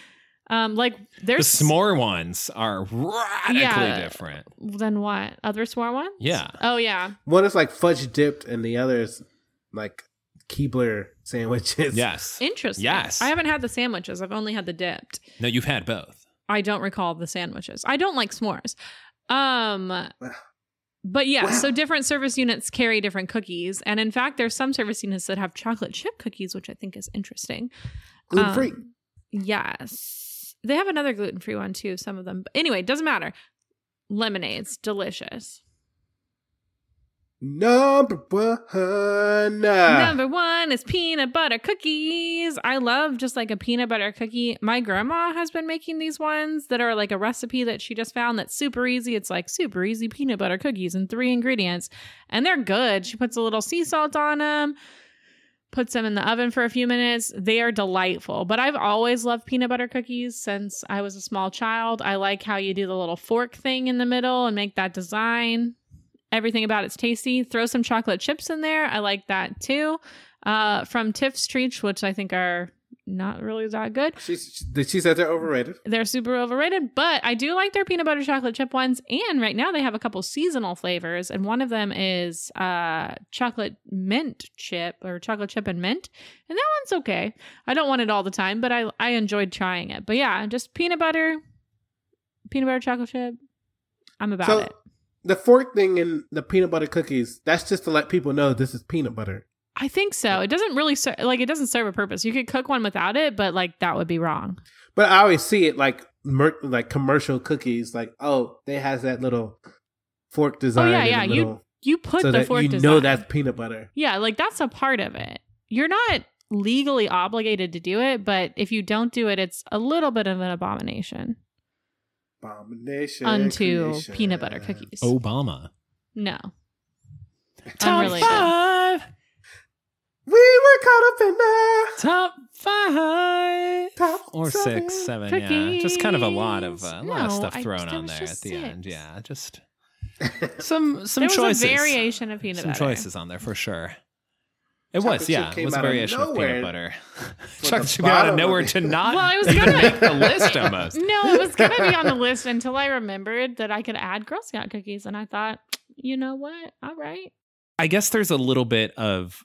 Speaker 4: Um, like
Speaker 3: The
Speaker 4: there's
Speaker 3: s'more ones are radically
Speaker 4: Yeah.
Speaker 3: different.
Speaker 4: Then what? Other s'more ones?
Speaker 3: Yeah.
Speaker 4: Oh yeah.
Speaker 5: One is like fudge dipped, and the other is like Keebler sandwiches.
Speaker 3: Yes.
Speaker 4: Interesting.
Speaker 3: Yes.
Speaker 4: I haven't had the sandwiches. I've only had the dipped.
Speaker 3: No, you've had both.
Speaker 4: I don't recall the sandwiches. I don't like s'mores. Um but yeah,
Speaker 5: Wow.
Speaker 4: so different service units carry different cookies. And in fact, there's some service units that have chocolate chip cookies, which I think is interesting.
Speaker 5: gluten free.
Speaker 4: Um, Yes. They have another gluten-free one too, some of them. But anyway, doesn't matter. Lemonades, delicious.
Speaker 5: Number one. uh,
Speaker 4: Number one is peanut butter cookies. I love just like a peanut butter cookie. My grandma has been making these ones that are like a recipe that she just found that's super easy. It's like super easy peanut butter cookies and three ingredients, and they're good. She puts a little sea salt on them, puts them in the oven for a few minutes. They are delightful. But I've always loved peanut butter cookies since I was a small child. I like how you do the little fork thing in the middle and make that design everything about it's tasty. Throw some chocolate chips in there. I like that too. Uh, from Tiff's Treats, which I think are not really that good.
Speaker 5: She's, she, she said they're overrated.
Speaker 4: They're super overrated, but I do like their peanut butter chocolate chip ones. And right now they have a couple seasonal flavors, and one of them is uh, chocolate mint chip or chocolate chip and mint, and that one's okay. I don't want it all the time, but I I enjoyed trying it. But yeah, just peanut butter, peanut butter chocolate chip. I'm about
Speaker 5: so
Speaker 4: it.
Speaker 5: the fork thing and the peanut butter cookies, that's just to let people know this is peanut butter.
Speaker 4: I think so. It doesn't really ser- like it doesn't serve a purpose. You could cook one without it, but like that would be wrong.
Speaker 5: But I always see it like mer- like commercial cookies, like, oh, they has that little fork design.
Speaker 4: Oh, yeah,
Speaker 5: in the
Speaker 4: yeah, you
Speaker 5: middle,
Speaker 4: You put
Speaker 5: so
Speaker 4: the
Speaker 5: that
Speaker 4: fork
Speaker 5: you
Speaker 4: design.
Speaker 5: know that's peanut butter.
Speaker 4: yeah, like that's a part of it. You're not legally obligated to do it, but if you don't do it, it's a little bit of an abomination
Speaker 5: Abomination.
Speaker 4: unto
Speaker 5: creation.
Speaker 4: peanut butter cookies.
Speaker 3: Obama.
Speaker 4: No.
Speaker 3: Oh. Top
Speaker 4: Unrelated.
Speaker 3: five.
Speaker 5: We were caught up in the
Speaker 3: Top five
Speaker 5: top
Speaker 3: or
Speaker 5: seven.
Speaker 3: six, seven, yeah, just kind of a lot of uh, a lot
Speaker 4: No,
Speaker 3: of stuff
Speaker 4: I-
Speaker 3: thrown
Speaker 4: there
Speaker 3: on
Speaker 4: was
Speaker 3: there at the
Speaker 4: just
Speaker 3: end.
Speaker 4: six.
Speaker 3: Yeah, just some some
Speaker 4: there
Speaker 3: choices,
Speaker 4: was a variation of peanut
Speaker 3: some
Speaker 4: butter.
Speaker 3: choices on there for sure. It
Speaker 5: Chocolate
Speaker 3: was,
Speaker 5: chip
Speaker 3: yeah, it
Speaker 5: came
Speaker 3: was a
Speaker 5: out of
Speaker 3: variation of
Speaker 5: nowhere
Speaker 3: peanut butter.
Speaker 5: the
Speaker 3: Chocolate chip came out
Speaker 5: bottom
Speaker 3: of
Speaker 5: of
Speaker 3: nowhere
Speaker 5: it.
Speaker 3: to not
Speaker 4: Well, I was
Speaker 3: even
Speaker 4: gonna-
Speaker 3: make the list almost.
Speaker 4: No, it was gonna be on the list until I remembered that I could add Girl Scout cookies, and I thought, you know what? All right,
Speaker 3: I guess there's a little bit of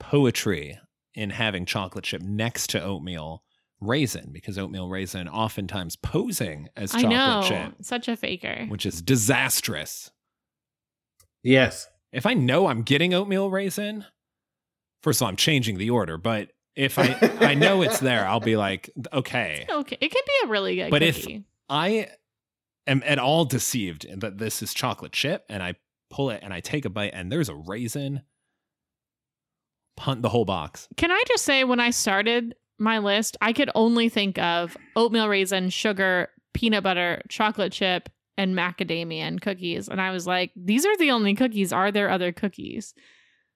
Speaker 3: poetry in having chocolate chip next to oatmeal raisin because oatmeal raisin oftentimes posing as
Speaker 4: I
Speaker 3: chocolate
Speaker 4: know,
Speaker 3: chip,
Speaker 4: such a faker.
Speaker 3: which is disastrous.
Speaker 5: Yes.
Speaker 3: If I know I'm getting oatmeal raisin, first of all, I'm changing the order, but if I I know it's there, I'll be like, okay,
Speaker 4: Okay, it could be a really good
Speaker 3: But if-
Speaker 4: cookie.
Speaker 3: I am at all deceived that this is chocolate chip, and I pull it and I take a bite, and there's a raisin. Punt the whole box.
Speaker 4: Can I just say, when I started my list, I could only think of oatmeal raisin, sugar, peanut butter, chocolate chip, and macadamia and cookies. And I was like, these are the only cookies. Are there other cookies?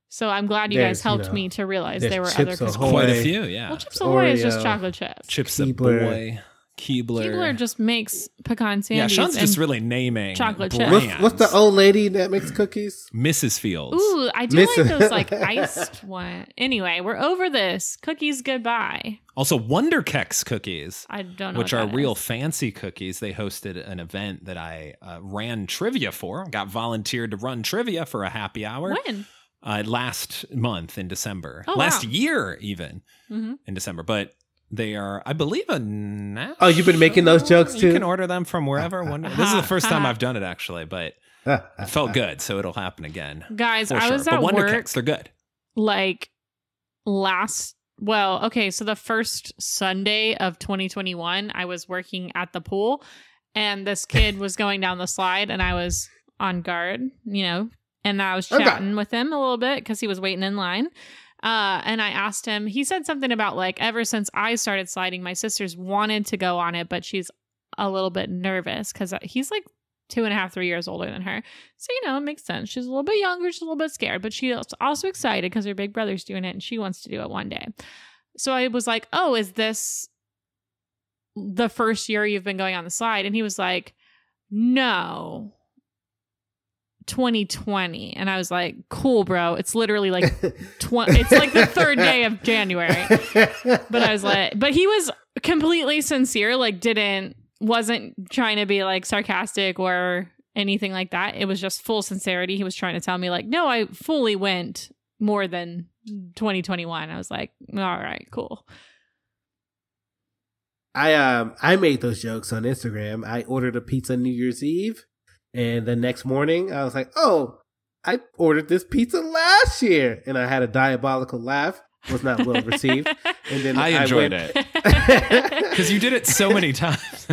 Speaker 4: So I'm glad you
Speaker 5: There's,
Speaker 4: guys helped
Speaker 5: you know,
Speaker 4: me to realize
Speaker 5: there's
Speaker 4: there were other
Speaker 5: Chips
Speaker 4: cookies.
Speaker 5: Ahoy.
Speaker 3: Quite a
Speaker 5: Boy.
Speaker 3: few, yeah.
Speaker 4: Well, Chips Ahoy is just
Speaker 5: Oreo.
Speaker 4: chocolate chips.
Speaker 3: Chips
Speaker 5: Keebler.
Speaker 3: a boy, Keebler.
Speaker 4: Keebler just makes pecan
Speaker 3: yeah,
Speaker 4: sandies.
Speaker 3: Sean's just
Speaker 4: and-
Speaker 3: really naming
Speaker 4: chocolate chip.
Speaker 5: What's,
Speaker 3: brands.
Speaker 5: what's the old lady that makes cookies?
Speaker 3: Mrs. Fields?
Speaker 4: Ooh, I do
Speaker 5: Miss-
Speaker 4: like those like iced one. Anyway, we're over this. Cookies goodbye.
Speaker 3: Also, Wonder Kex cookies,
Speaker 4: I don't know.
Speaker 3: which
Speaker 4: what
Speaker 3: are
Speaker 4: that
Speaker 3: real
Speaker 4: is.
Speaker 3: fancy cookies. They hosted an event that I uh, ran trivia for. Got volunteered to run trivia for a happy hour
Speaker 4: When?
Speaker 3: uh, last month in December,
Speaker 4: Oh,
Speaker 3: last
Speaker 4: wow.
Speaker 3: year even
Speaker 4: hmm
Speaker 3: in December, but. They are, I believe, a national.
Speaker 5: Oh, you've been making those jokes
Speaker 3: You
Speaker 5: too?
Speaker 3: can order them from wherever. Wonder- this is the first time
Speaker 4: Uh-huh.
Speaker 3: I've done it, actually, but it felt good, so it'll happen again.
Speaker 4: Guys,
Speaker 3: For
Speaker 4: I
Speaker 3: sure.
Speaker 4: was
Speaker 3: but
Speaker 4: at
Speaker 3: Wonder
Speaker 4: work
Speaker 3: Kicks, they're good.
Speaker 4: like last well okay so the first sunday of 2021 i was working at the pool and this kid was going down the slide and i was on guard you know and i was
Speaker 5: Okay.
Speaker 4: chatting with him a little bit because he was waiting in line uh, and i asked him he said something about like ever since i started sliding my sister's wanted to go on it but she's a little bit nervous because he's like two and a half three years older than her so, you know, it makes sense. She's a little bit younger, she's a little bit scared, but she's also excited because her big brother's doing it and she wants to do it one day. So I was like, oh, is this the first year you've been going on the slide? And he was like, no. 2020 and I was like, "Cool, bro. It's literally like tw- it's like the third day of January." But I was like, but he was completely sincere, like didn't wasn't trying to be like sarcastic or anything like that. It was just full sincerity. He was trying to tell me like, no, I fully went more than 2021. I was like, all right, cool.
Speaker 5: I um I made those jokes on Instagram. I ordered a pizza New Year's Eve, and the next morning I was like, "Oh, I ordered this pizza last year," and I had a diabolical laugh. Was not well received, and then
Speaker 3: I
Speaker 5: I
Speaker 3: enjoyed
Speaker 5: went-
Speaker 3: it because you did it so many times.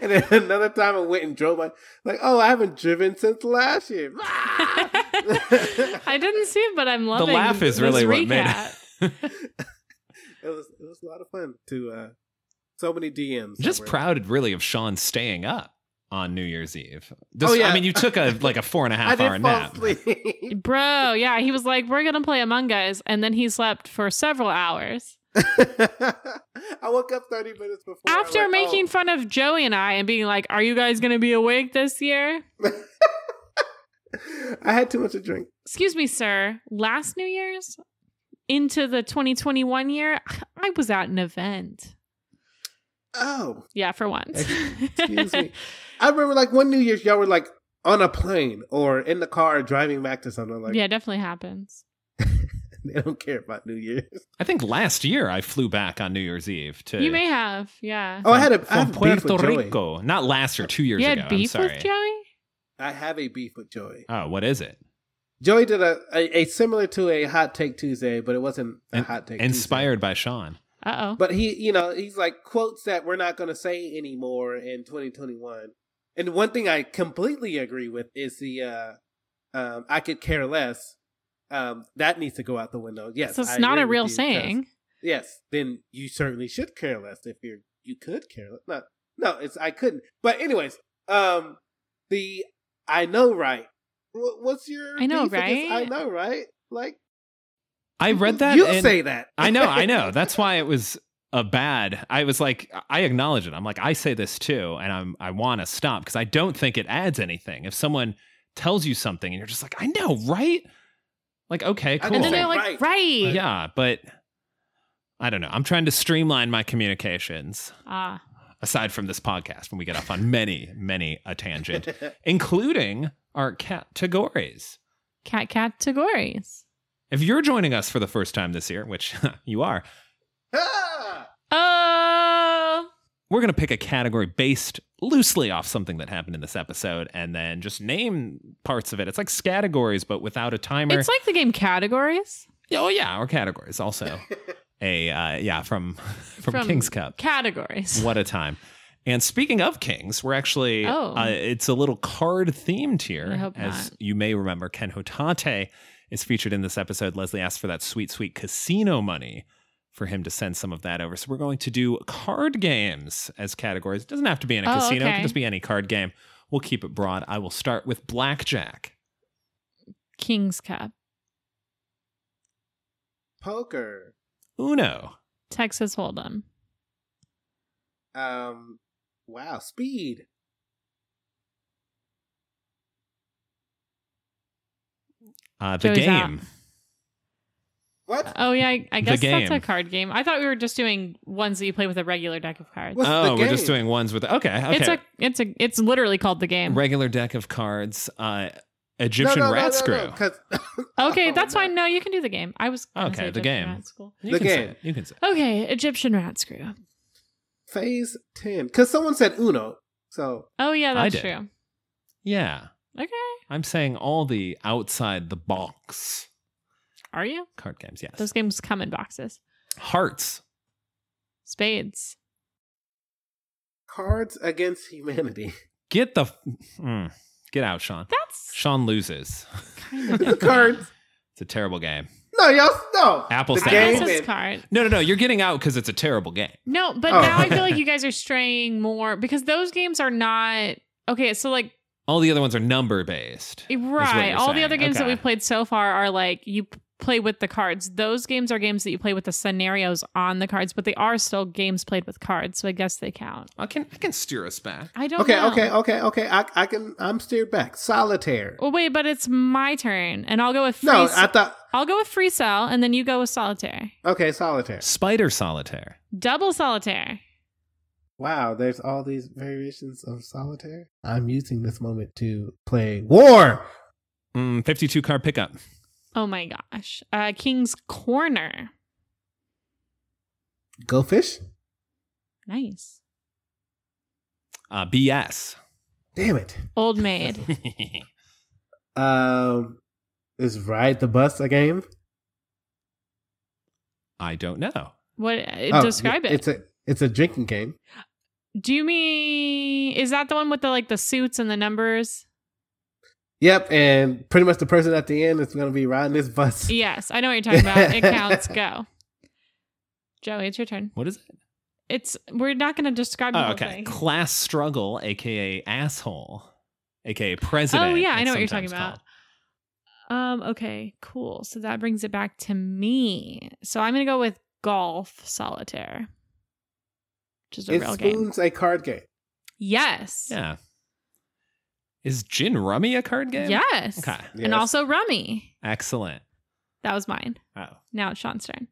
Speaker 5: and then another time I went and drove my like, "Oh, I haven't driven since last year."
Speaker 4: I didn't see it, but I'm
Speaker 3: the
Speaker 4: loving
Speaker 3: laugh is
Speaker 4: this
Speaker 3: really what made
Speaker 4: recap.
Speaker 3: it.
Speaker 5: it was it was a lot of fun to uh so many DMs. that
Speaker 3: Just
Speaker 5: were-
Speaker 3: proud, really, of Sean staying up on New Year's Eve. This-
Speaker 5: Oh, yeah.
Speaker 3: I mean, you took a like a four and a
Speaker 5: I
Speaker 3: half hour
Speaker 5: did fall
Speaker 3: nap.
Speaker 5: asleep.
Speaker 4: Bro, yeah, he was like, we're gonna play Among Us, and then he slept for several hours
Speaker 5: I woke up thirty minutes before. I was
Speaker 4: after
Speaker 5: like,
Speaker 4: making
Speaker 5: oh.
Speaker 4: fun of Joey and I and being like, "Are you guys gonna be awake this year?"
Speaker 5: I had too much to drink.
Speaker 4: excuse me, sir, last New Year's into the 2021 year, I was at an event.
Speaker 5: Oh,
Speaker 4: Yeah, for once.
Speaker 5: excuse me. I remember like one New Year's, y'all were like on a plane or in the car driving back to something. Like,
Speaker 4: yeah, it definitely happens.
Speaker 5: they don't care about New Year's.
Speaker 3: I think last year I flew back on New Year's Eve to
Speaker 4: You may have, yeah.
Speaker 5: Oh, I had a I
Speaker 3: from
Speaker 5: have beef
Speaker 3: Puerto
Speaker 5: with Joey.
Speaker 3: Rico. Not last year, two years
Speaker 4: you had
Speaker 3: ago.
Speaker 4: beef
Speaker 3: I'm sorry.
Speaker 4: with Joey?
Speaker 5: I have a beef with Joey.
Speaker 3: Oh, what is it?
Speaker 5: Joey did a, a, a similar to a hot take Tuesday, but it wasn't a
Speaker 3: In-
Speaker 5: hot take. Tuesday.
Speaker 3: Inspired by Sean.
Speaker 4: Uh oh.
Speaker 5: But he, you know, he's like quotes that we're not going to say anymore in 2021. And one thing I completely agree with is the uh um I could care less. Um that needs to go out the window. Yes.
Speaker 4: so it's
Speaker 5: I
Speaker 4: not a
Speaker 5: agree
Speaker 4: real
Speaker 5: with you, 'cause-
Speaker 4: saying.
Speaker 5: Yes, then you certainly should care less if you're you could care less. No, no, it's I couldn't. But anyways, um the I know right. Wh- What's your
Speaker 4: I know,
Speaker 5: beef against
Speaker 4: right?
Speaker 5: I know right. Like
Speaker 3: I
Speaker 4: Mm-hmm.
Speaker 3: read that.
Speaker 5: you
Speaker 3: and-
Speaker 5: say that.
Speaker 3: I know, I know. That's why it was a bad. I was like, I acknowledge it. I'm like, I say this too, and I'm I want to stop because I don't think it adds anything. If someone tells you something and you're just like, I know, right? Like, okay,
Speaker 5: I
Speaker 3: cool.
Speaker 4: And then
Speaker 5: Cool.
Speaker 4: they're like, right.
Speaker 5: Right.
Speaker 3: yeah, but I don't know. I'm trying to streamline my communications
Speaker 4: Ah,
Speaker 3: aside from this podcast when we get off on many, many a tangent, including our categories.
Speaker 4: cat categories.
Speaker 3: If you're joining us for the first time this year, which you are,
Speaker 5: Ah!
Speaker 4: Oh,
Speaker 3: we're going to pick a category based loosely off something that happened in this episode and then just name parts of it. It's like categories, but without a timer.
Speaker 4: it's like the game categories.
Speaker 3: oh, yeah, or categories also. a, uh, yeah, from, from,
Speaker 4: From-
Speaker 3: King's Cup.
Speaker 4: Categories.
Speaker 3: What a time. And speaking of kings, we're actually,
Speaker 4: Oh.
Speaker 3: uh, it's a little card themed here.
Speaker 4: I hope
Speaker 3: As
Speaker 4: not.
Speaker 3: you may remember, Ken Hotate is featured in this episode. Leslie asked for that sweet, sweet casino money for him to send some of that over. So we're going to do card games as categories. It doesn't have to be in a
Speaker 4: Oh,
Speaker 3: casino, it
Speaker 4: okay.
Speaker 3: can just be any card game. We'll keep it broad. I will start with blackjack.
Speaker 4: King's Cup,
Speaker 5: Poker.
Speaker 3: Uno.
Speaker 4: Texas Hold'em,
Speaker 5: Um, wow, speed.
Speaker 3: Uh, the
Speaker 4: Joey's
Speaker 3: game. Uh,
Speaker 5: What?
Speaker 4: Oh yeah, I, I
Speaker 3: The
Speaker 4: guess that's
Speaker 3: game.
Speaker 4: a card game. I thought we were just doing ones that you play with a regular deck of cards.
Speaker 5: What's the
Speaker 3: oh, we're just
Speaker 5: game?
Speaker 3: doing ones with. Okay, okay.
Speaker 4: It's a it's a it's literally called the game.
Speaker 3: regular deck of cards. Uh, Egyptian
Speaker 5: no, no,
Speaker 3: rat
Speaker 5: no,
Speaker 3: screw.
Speaker 5: No, no, 'cause-
Speaker 4: Okay,
Speaker 5: Oh,
Speaker 4: that's
Speaker 5: no.
Speaker 4: fine. No, you can do the game. I was gonna
Speaker 3: Okay,
Speaker 4: say
Speaker 3: the
Speaker 4: Egyptian
Speaker 3: game.
Speaker 4: rat school.
Speaker 3: You
Speaker 5: The
Speaker 3: can say
Speaker 5: game.
Speaker 3: it. You can say it.
Speaker 4: Okay, Egyptian rat screw.
Speaker 5: Phase 10. Because someone said Uno. So,
Speaker 4: Oh yeah,
Speaker 3: I
Speaker 4: that's
Speaker 3: did.
Speaker 4: true.
Speaker 3: Yeah.
Speaker 4: Okay,
Speaker 3: I'm saying all the outside the box
Speaker 4: are you?
Speaker 3: card games. Yes.
Speaker 4: Those games come in boxes.
Speaker 3: Hearts.
Speaker 4: Spades.
Speaker 5: Cards Against Humanity.
Speaker 3: Get the. f- Mm. get out, Sean.
Speaker 4: That's
Speaker 3: Sean loses.
Speaker 4: kind of
Speaker 5: The cards.
Speaker 3: It's a terrible game.
Speaker 5: No, y'all, no.
Speaker 3: Apples
Speaker 5: the
Speaker 3: to
Speaker 5: game
Speaker 3: apples.
Speaker 5: is-
Speaker 4: Access card.
Speaker 3: No, no, no. You're getting out because it's a terrible game.
Speaker 4: No, but
Speaker 5: Oh.
Speaker 4: now I feel like you guys are straying more because those games are not okay. So like
Speaker 3: All the other ones are number based.
Speaker 4: Right.
Speaker 3: you're
Speaker 4: All
Speaker 3: saying.
Speaker 4: the other games that
Speaker 3: Okay.
Speaker 4: we've played so far are like you p- play with the cards. Those games are games that you play with the scenarios on the cards, but they are still games played with cards, so I guess they count.
Speaker 3: I can I can steer us back.
Speaker 4: I don't
Speaker 5: Okay,
Speaker 4: know.
Speaker 5: okay, oh. okay, okay. I, I can, I'm steered back. Solitaire.
Speaker 4: Well, wait, but it's my turn, and I'll go with free.
Speaker 5: No,
Speaker 4: No,
Speaker 5: I thought,
Speaker 4: I'll go with free cell, and then you go with solitaire.
Speaker 5: okay, solitaire.
Speaker 3: Spider solitaire.
Speaker 4: Double solitaire.
Speaker 5: Wow, there's all these variations of solitaire. I'm using this moment to play war.
Speaker 3: Mm, 52 card pickup.
Speaker 4: Oh my gosh. Uh, King's Corner.
Speaker 5: Go fish.
Speaker 4: Nice.
Speaker 3: Uh, BS.
Speaker 5: Damn it.
Speaker 4: Old maid.
Speaker 5: Um, is ride the bus a game?
Speaker 3: I don't know.
Speaker 4: What? uh,
Speaker 5: Oh,
Speaker 4: describe it.
Speaker 5: It's a it's a drinking game.
Speaker 4: Do you mean is that the one with the like the suits and the numbers?
Speaker 5: Yep, and pretty much the person at the end is going to be riding this bus.
Speaker 4: Yes, I know what you're talking about. It counts. Go. Joey, it's your turn.
Speaker 3: What is it?
Speaker 4: It's we're not gonna describe the
Speaker 3: Oh,
Speaker 4: whole
Speaker 3: okay.
Speaker 4: thing.
Speaker 3: Class struggle, aka asshole, aka president.
Speaker 4: Oh, yeah, I
Speaker 3: it's
Speaker 4: know what you're
Speaker 3: sometimes
Speaker 4: talking about.
Speaker 3: called.
Speaker 4: Um, okay, cool. So that brings it back to me. So I'm gonna go with golf solitaire. Which is a
Speaker 5: Is
Speaker 4: real game.
Speaker 5: spoons a card game?
Speaker 4: Yes.
Speaker 3: Yeah. Is gin rummy a card game?
Speaker 4: Yes.
Speaker 3: Okay.
Speaker 5: Yes.
Speaker 4: And also rummy.
Speaker 3: Excellent.
Speaker 4: That was mine.
Speaker 3: Oh.
Speaker 4: Now it's Sean's turn.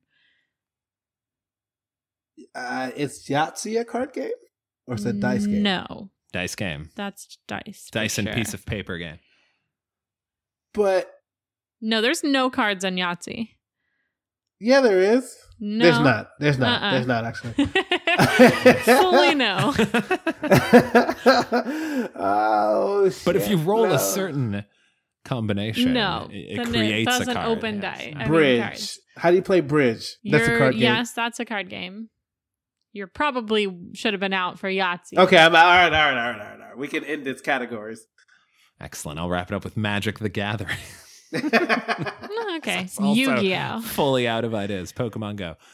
Speaker 5: uh, is Yahtzee a card game or is it a dice game?
Speaker 4: No.
Speaker 3: Dice game.
Speaker 4: That's dice. for
Speaker 3: Dice and
Speaker 4: sure.
Speaker 3: piece of paper game.
Speaker 5: But
Speaker 4: No, there's no cards on Yahtzee.
Speaker 5: yeah, there is.
Speaker 4: No.
Speaker 5: There's not. There's not.
Speaker 4: Uh-uh.
Speaker 5: There's not actually.
Speaker 4: Fully no.
Speaker 5: oh, shit,
Speaker 3: But if you roll
Speaker 5: no.
Speaker 3: a certain combination,
Speaker 4: No,
Speaker 3: it,
Speaker 4: then
Speaker 3: it
Speaker 4: it
Speaker 3: creates a
Speaker 4: doesn't
Speaker 3: card.
Speaker 4: open die. I mean,
Speaker 5: bridge,
Speaker 4: cards.
Speaker 5: how do you play bridge? That's a
Speaker 4: You're-
Speaker 5: card game.
Speaker 4: Yes, that's a card game. You're probably should have been out for Yahtzee.
Speaker 5: Okay, I'm all right, all right, all right, all right, all right. We can end this categories.
Speaker 3: Excellent. I'll wrap it up with Magic the Gathering.
Speaker 4: Mm, Okay.
Speaker 3: It's also
Speaker 4: Yu-Gi-Oh.
Speaker 3: Fully out of ideas. Pokemon Go.
Speaker 4: Oh.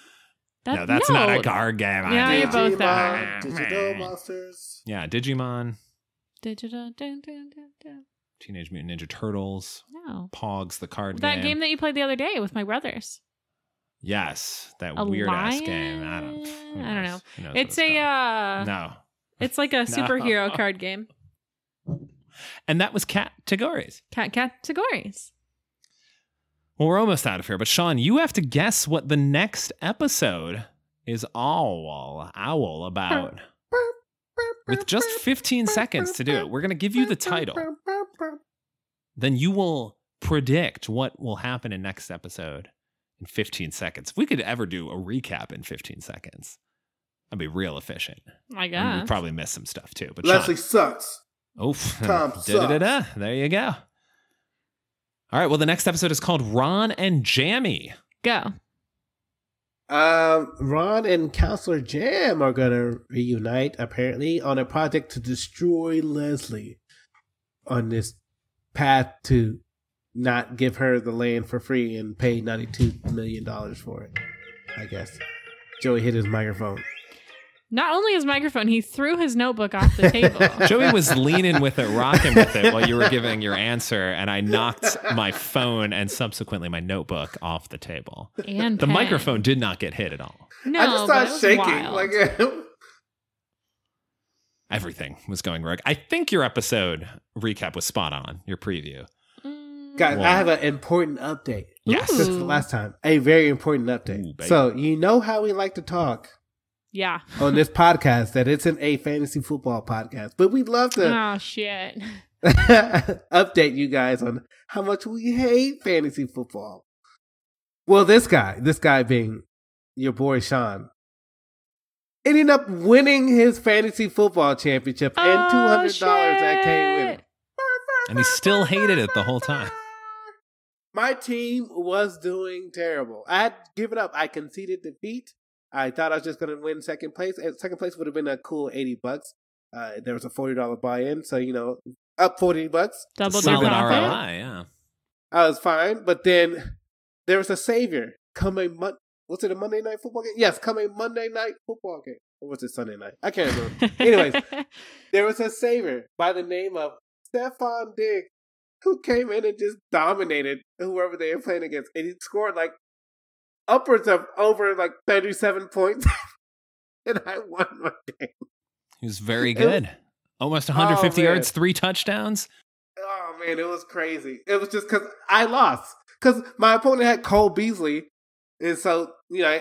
Speaker 4: That-
Speaker 3: no, that's not a card game. I
Speaker 4: Yeah,
Speaker 3: know.
Speaker 4: you're both
Speaker 5: Digimon,
Speaker 3: out.
Speaker 5: Digital monsters.
Speaker 3: Yeah, Digimon,
Speaker 4: Digital- dun, dun, dun, dun.
Speaker 3: Teenage Mutant Ninja Turtles,
Speaker 4: No.
Speaker 3: Pogs, the card
Speaker 4: That game that you played the other day with my brothers.
Speaker 3: Yes, that
Speaker 4: A
Speaker 3: weird ass
Speaker 4: lion?
Speaker 3: game. I don't. who
Speaker 4: I don't
Speaker 3: knows? Who knows what
Speaker 4: It's a
Speaker 3: called.
Speaker 4: uh
Speaker 3: no,
Speaker 4: it's like a superhero card game.
Speaker 3: and that was categories.
Speaker 4: Cat categories.
Speaker 3: Well, we're almost out of here, but Sean, you have to guess what the next episode is all owl about. With just 15 seconds to do it, we're going to give you the title. Then you will predict what will happen in next episode in 15 seconds. If we could ever do a recap in 15 seconds, that'd be real efficient.
Speaker 4: I
Speaker 3: And
Speaker 4: guess.
Speaker 3: We'd probably miss some stuff too. But Sean,
Speaker 5: Leslie sucks.
Speaker 3: Oof.
Speaker 5: Tom
Speaker 3: Da-da-da-da. There you go. All right. Well, the next episode is called Ron and Jammy.
Speaker 4: Go.
Speaker 5: Um, Ron and Counselor Jam are gonna reunite apparently on a project to destroy Leslie on this path to not give her the land for free and pay ninety two million dollars for it. I guess. Joey hit his microphone.
Speaker 4: Not only his microphone, he threw his notebook off the table.
Speaker 3: Joey was leaning with it, rocking with it while you were giving your answer, and I knocked my phone and subsequently my notebook off the table.
Speaker 4: and
Speaker 3: The
Speaker 4: pen.
Speaker 3: microphone did not get hit at all.
Speaker 4: No,
Speaker 5: I just
Speaker 4: but it
Speaker 5: started
Speaker 4: was
Speaker 5: shaking.
Speaker 4: wild.
Speaker 5: Like
Speaker 3: Everything was going wrong. I think your episode recap was spot on, your preview.
Speaker 4: Mm.
Speaker 5: Guys,
Speaker 3: Whoa.
Speaker 5: I have an important update.
Speaker 3: Yes.
Speaker 5: Since the
Speaker 4: Ooh.
Speaker 5: last time. A very important
Speaker 3: Ooh,
Speaker 5: update.
Speaker 3: baby.
Speaker 5: so you know how we like to talk.
Speaker 4: Yeah.
Speaker 5: on this podcast that it's an a fantasy football podcast, but we'd love to
Speaker 4: Oh shit. Uh.
Speaker 5: update you guys on how much we hate fantasy football. Well, this guy, this guy being your boy Sean, ended up winning his fantasy football championship and two
Speaker 4: Oh,
Speaker 5: hundred dollars that came with
Speaker 4: shit.
Speaker 5: it.
Speaker 3: And he still hated it the whole time.
Speaker 5: My team was doing terrible. I had given up. I conceded defeat. I thought I was just going to win second place. And second place would have been a cool eighty bucks. Uh, there was a forty dollar buy in, so you know, up forty bucks.
Speaker 4: Double
Speaker 3: Solid
Speaker 4: your
Speaker 3: ROI,
Speaker 4: profit.
Speaker 3: yeah.
Speaker 5: I was fine. But then there was a savior. Come a mon- was it a Monday night football game? Yes, come a Monday night football game. Or was it Sunday night? I can't remember. Anyways, there was a savior by the name of Stefan Diggs who came in and just dominated whoever they were playing against. And he scored like upwards of over like 37 points. and I won my game.
Speaker 3: He was very
Speaker 5: It-
Speaker 3: good. Almost 150
Speaker 5: Oh, man.
Speaker 3: yards, three touchdowns.
Speaker 5: Oh man, it was crazy. It was just because I lost because my opponent had Cole Beasley, and so you know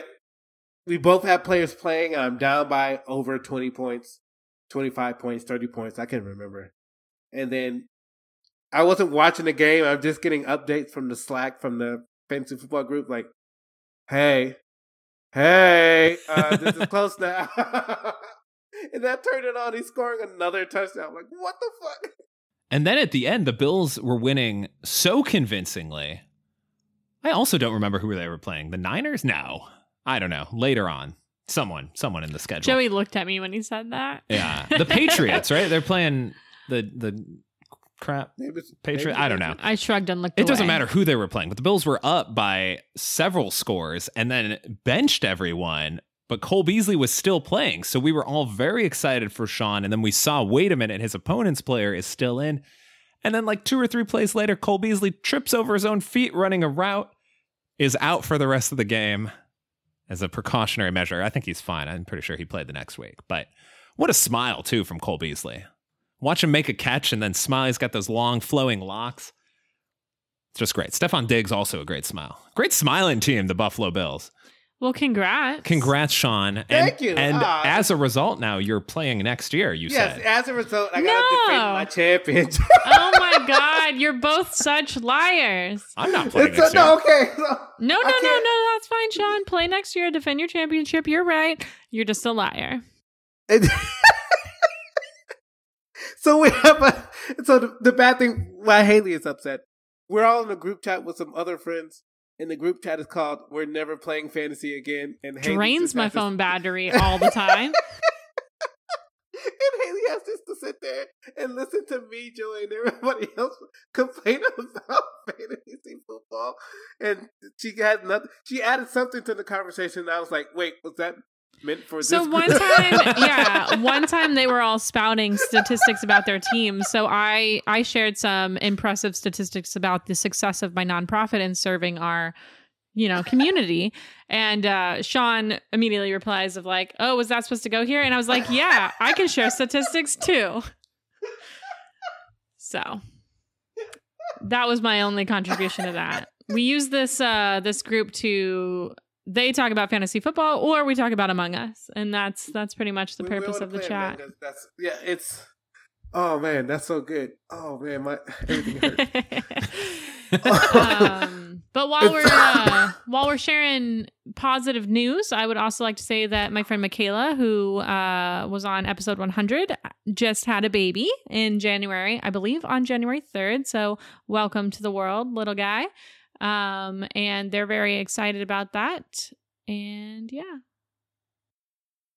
Speaker 5: we both had players playing. And I'm down by over twenty points, twenty five points, thirty points. I can remember, and then I wasn't watching the game. I'm just getting updates from the Slack from the fantasy football group, like, "Hey, hey, uh, this is close now." and I turned it on. He's scoring another touchdown. I'm like, what the fuck?
Speaker 3: And then at the end, the Bills were winning so convincingly. I also don't remember who they were playing. The Niners? No. I don't know. Later on, someone, someone in the schedule.
Speaker 4: Joey looked at me when he said that.
Speaker 3: Yeah. The Patriots, right? They're playing the the crap
Speaker 5: It was-
Speaker 3: Patriot. I don't know.
Speaker 4: I shrugged and looked
Speaker 3: It doesn't
Speaker 4: away.
Speaker 3: matter who they were playing, but the Bills were up by several scores and then benched everyone. But Cole Beasley was still playing. So we were all very excited for Sean. And then we saw, wait a minute, his opponent's player is still in. And then, like two or three plays later, Cole Beasley trips over his own feet running a route, is out for the rest of the game as a precautionary measure. I think he's fine. I'm pretty sure he played the next week. But what a smile, too, from Cole Beasley. Watch him make a catch and then smile. He's got those long, flowing locks. It's just great. Stefan Diggs, also a great smile. Great smiling team, the Buffalo Bills.
Speaker 4: Well, congrats.
Speaker 3: Congrats, Sean. And,
Speaker 5: Thank you.
Speaker 3: And
Speaker 5: Ah.
Speaker 3: as a result, now you're playing next year, you
Speaker 5: yes,
Speaker 3: said.
Speaker 5: as a result, I
Speaker 4: No.
Speaker 5: got to defend my championship.
Speaker 4: oh my god, you're both such liars.
Speaker 3: I'm not playing
Speaker 5: it's a,
Speaker 3: next year.
Speaker 5: no, okay. So,
Speaker 4: No, no,
Speaker 5: I
Speaker 4: no,
Speaker 5: can't-
Speaker 4: no, that's fine, Sean. Play next year, defend your championship. You're right. You're just a liar.
Speaker 5: so we have a. So the, the bad thing why Haley is upset. We're all in a group chat with some other friends, and the group chat is called "We're Never Playing Fantasy Again." And Haley
Speaker 4: Drains
Speaker 5: just
Speaker 4: my
Speaker 5: has
Speaker 4: phone battery all the time.
Speaker 5: This, and Haley has just to sit there and listen to me, Joey, and everybody else complain about fantasy football, and she had nothing. She added something to the conversation. And I was like, "Wait, was that meant for?"
Speaker 4: So
Speaker 5: this
Speaker 4: one
Speaker 5: group?
Speaker 4: time, yeah, one time they were all spouting statistics about their team. So I I shared some impressive statistics about the success of my nonprofit in serving our you know, community. and uh, Sean immediately replies of like, oh, was that supposed to go here? And I was like, yeah, I can share statistics too. So that was my only contribution to that. We use this uh, this group to they talk about fantasy football or we talk about Among Us, and that's that's pretty much the
Speaker 5: We- we
Speaker 4: purpose
Speaker 5: wanna
Speaker 4: of the
Speaker 5: play it,
Speaker 4: chat.
Speaker 5: man, 'cause That's, yeah, it's. Oh man, that's so good. Oh man, my everything hurts.
Speaker 4: um, but while we're uh, while we're sharing positive news, I would also like to say that my friend Michaela, who uh, was on episode 100, just had a baby in January, I believe, on January 3rd. So welcome to the world, little guy. Um, and they're very excited about that. And yeah,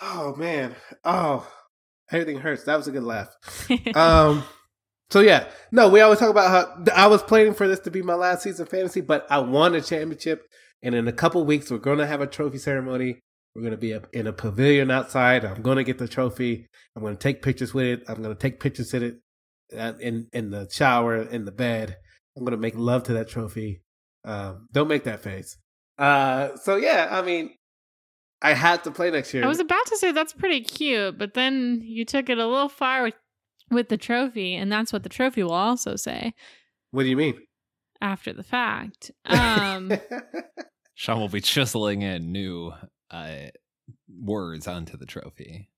Speaker 5: Oh man. Oh, everything hurts. That was a good laugh. um. So yeah, no, we always talk about how I was planning for this to be my last season of fantasy, but I won a championship, and in a couple weeks we're going to have a trophy ceremony. We're going to be up in a pavilion outside. I'm going to get the trophy. I'm going to take pictures with it. I'm going to take pictures in it, uh, in in the shower, in the bed. I'm going to make love to that trophy. Um, don't make that face. Uh, so yeah, I mean, I had to play next year.
Speaker 4: I was about to say that's pretty cute, but then you took it a little far with, with the trophy, and that's what the trophy will also say.
Speaker 5: what do you mean?
Speaker 4: after the fact. Um,
Speaker 3: Sean will be chiseling in new uh, words onto the trophy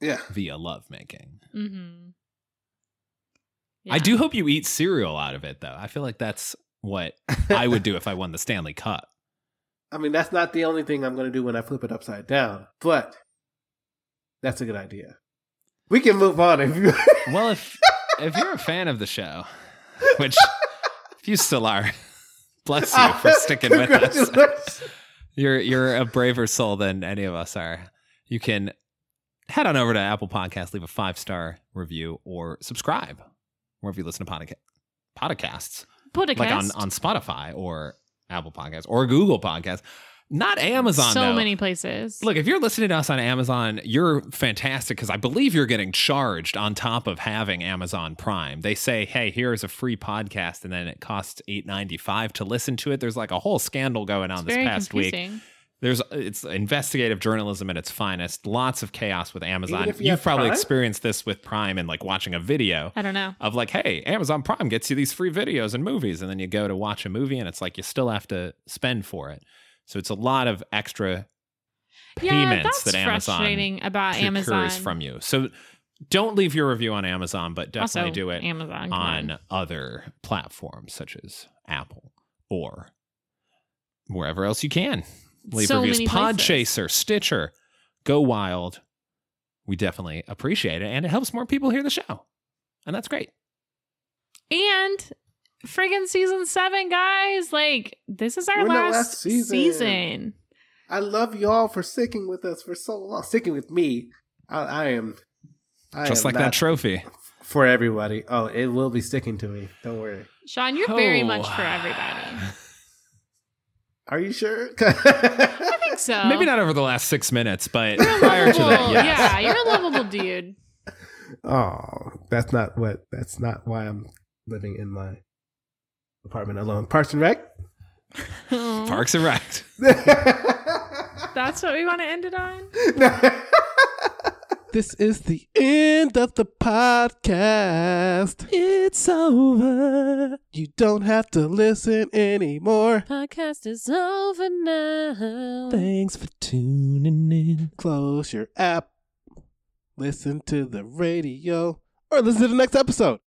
Speaker 5: yeah.
Speaker 3: via lovemaking.
Speaker 4: mhm.
Speaker 3: I
Speaker 4: Yeah.
Speaker 3: do hope you eat cereal out of it, though. I feel like that's what I would do if I won the Stanley Cup.
Speaker 5: I mean, that's not the only thing I'm going to do when I flip it upside down, but that's a good idea. We can move on if you.
Speaker 3: Well, if if you're a fan of the show, which if you still are, bless you for sticking with us.
Speaker 5: Congratulations.
Speaker 3: You're you're a braver soul than any of us are. You can head on over to Apple Podcasts, leave a five star review, or subscribe wherever you listen to podca- podcasts,
Speaker 4: Podcast.
Speaker 3: like on on Spotify or Apple Podcasts or Google Podcasts. Not Amazon.
Speaker 4: so
Speaker 3: though.
Speaker 4: many places.
Speaker 3: Look, if you're listening to us on Amazon, you're fantastic because I believe you're getting charged on top of having Amazon Prime. They say, "Hey, here's a free podcast," and then it costs eight ninety five to listen to it. There's like a whole scandal going on
Speaker 4: it's
Speaker 3: this
Speaker 4: very
Speaker 3: past week.
Speaker 4: confusing.
Speaker 3: There's it's investigative journalism at its finest. Lots of chaos with Amazon.
Speaker 5: Even if you
Speaker 3: You've
Speaker 5: have
Speaker 3: probably
Speaker 5: Prime?
Speaker 3: experienced this with Prime and like watching a video
Speaker 4: I don't know.
Speaker 3: of like, hey, Amazon Prime gets you these free videos and movies, and then you go to watch a movie, and it's like you still have to spend for it. So it's a lot of extra
Speaker 4: yeah,
Speaker 3: payments
Speaker 4: that's
Speaker 3: that Amazon
Speaker 4: frustrating about
Speaker 3: occurs
Speaker 4: Uh, Amazon.
Speaker 3: from you. So don't leave your review on Amazon, but
Speaker 4: also,
Speaker 3: definitely do it
Speaker 4: Amazon come
Speaker 3: on other platforms such as Apple or wherever else you can. Leave
Speaker 4: So
Speaker 3: reviews.
Speaker 4: many places.
Speaker 3: Podchaser, Stitcher, Go Wild. We definitely appreciate it, and it helps more people hear the show, and that's great.
Speaker 4: And friggin' season seven, guys. Like this is our
Speaker 5: We're in the
Speaker 4: last,
Speaker 5: last season.
Speaker 4: season.
Speaker 5: I love you all for sticking with us for so long. Sticking with me, I, I am. I
Speaker 3: Just
Speaker 5: am
Speaker 3: like that
Speaker 5: not
Speaker 3: trophy.
Speaker 5: for everybody. Oh, it will be sticking to me. Don't worry.
Speaker 4: Sean, you're very
Speaker 3: Oh.
Speaker 4: much for everybody.
Speaker 5: Are you sure?
Speaker 4: I think so.
Speaker 3: Maybe not over the last six minutes, but
Speaker 4: You're a
Speaker 3: prior to that,
Speaker 4: lovable-
Speaker 3: yes.
Speaker 4: Yeah, you're a lovable dude.
Speaker 5: Oh, that's not what. That's not why I'm living in my apartment alone. Parks and Rec.
Speaker 3: Parks and Rec.
Speaker 4: That's what we want to end it on.
Speaker 1: This is the end of the podcast. It's over. You don't have to listen anymore.
Speaker 2: Podcast is over now.
Speaker 1: Thanks for tuning in. Close your app, listen to the radio, or listen to the next episode.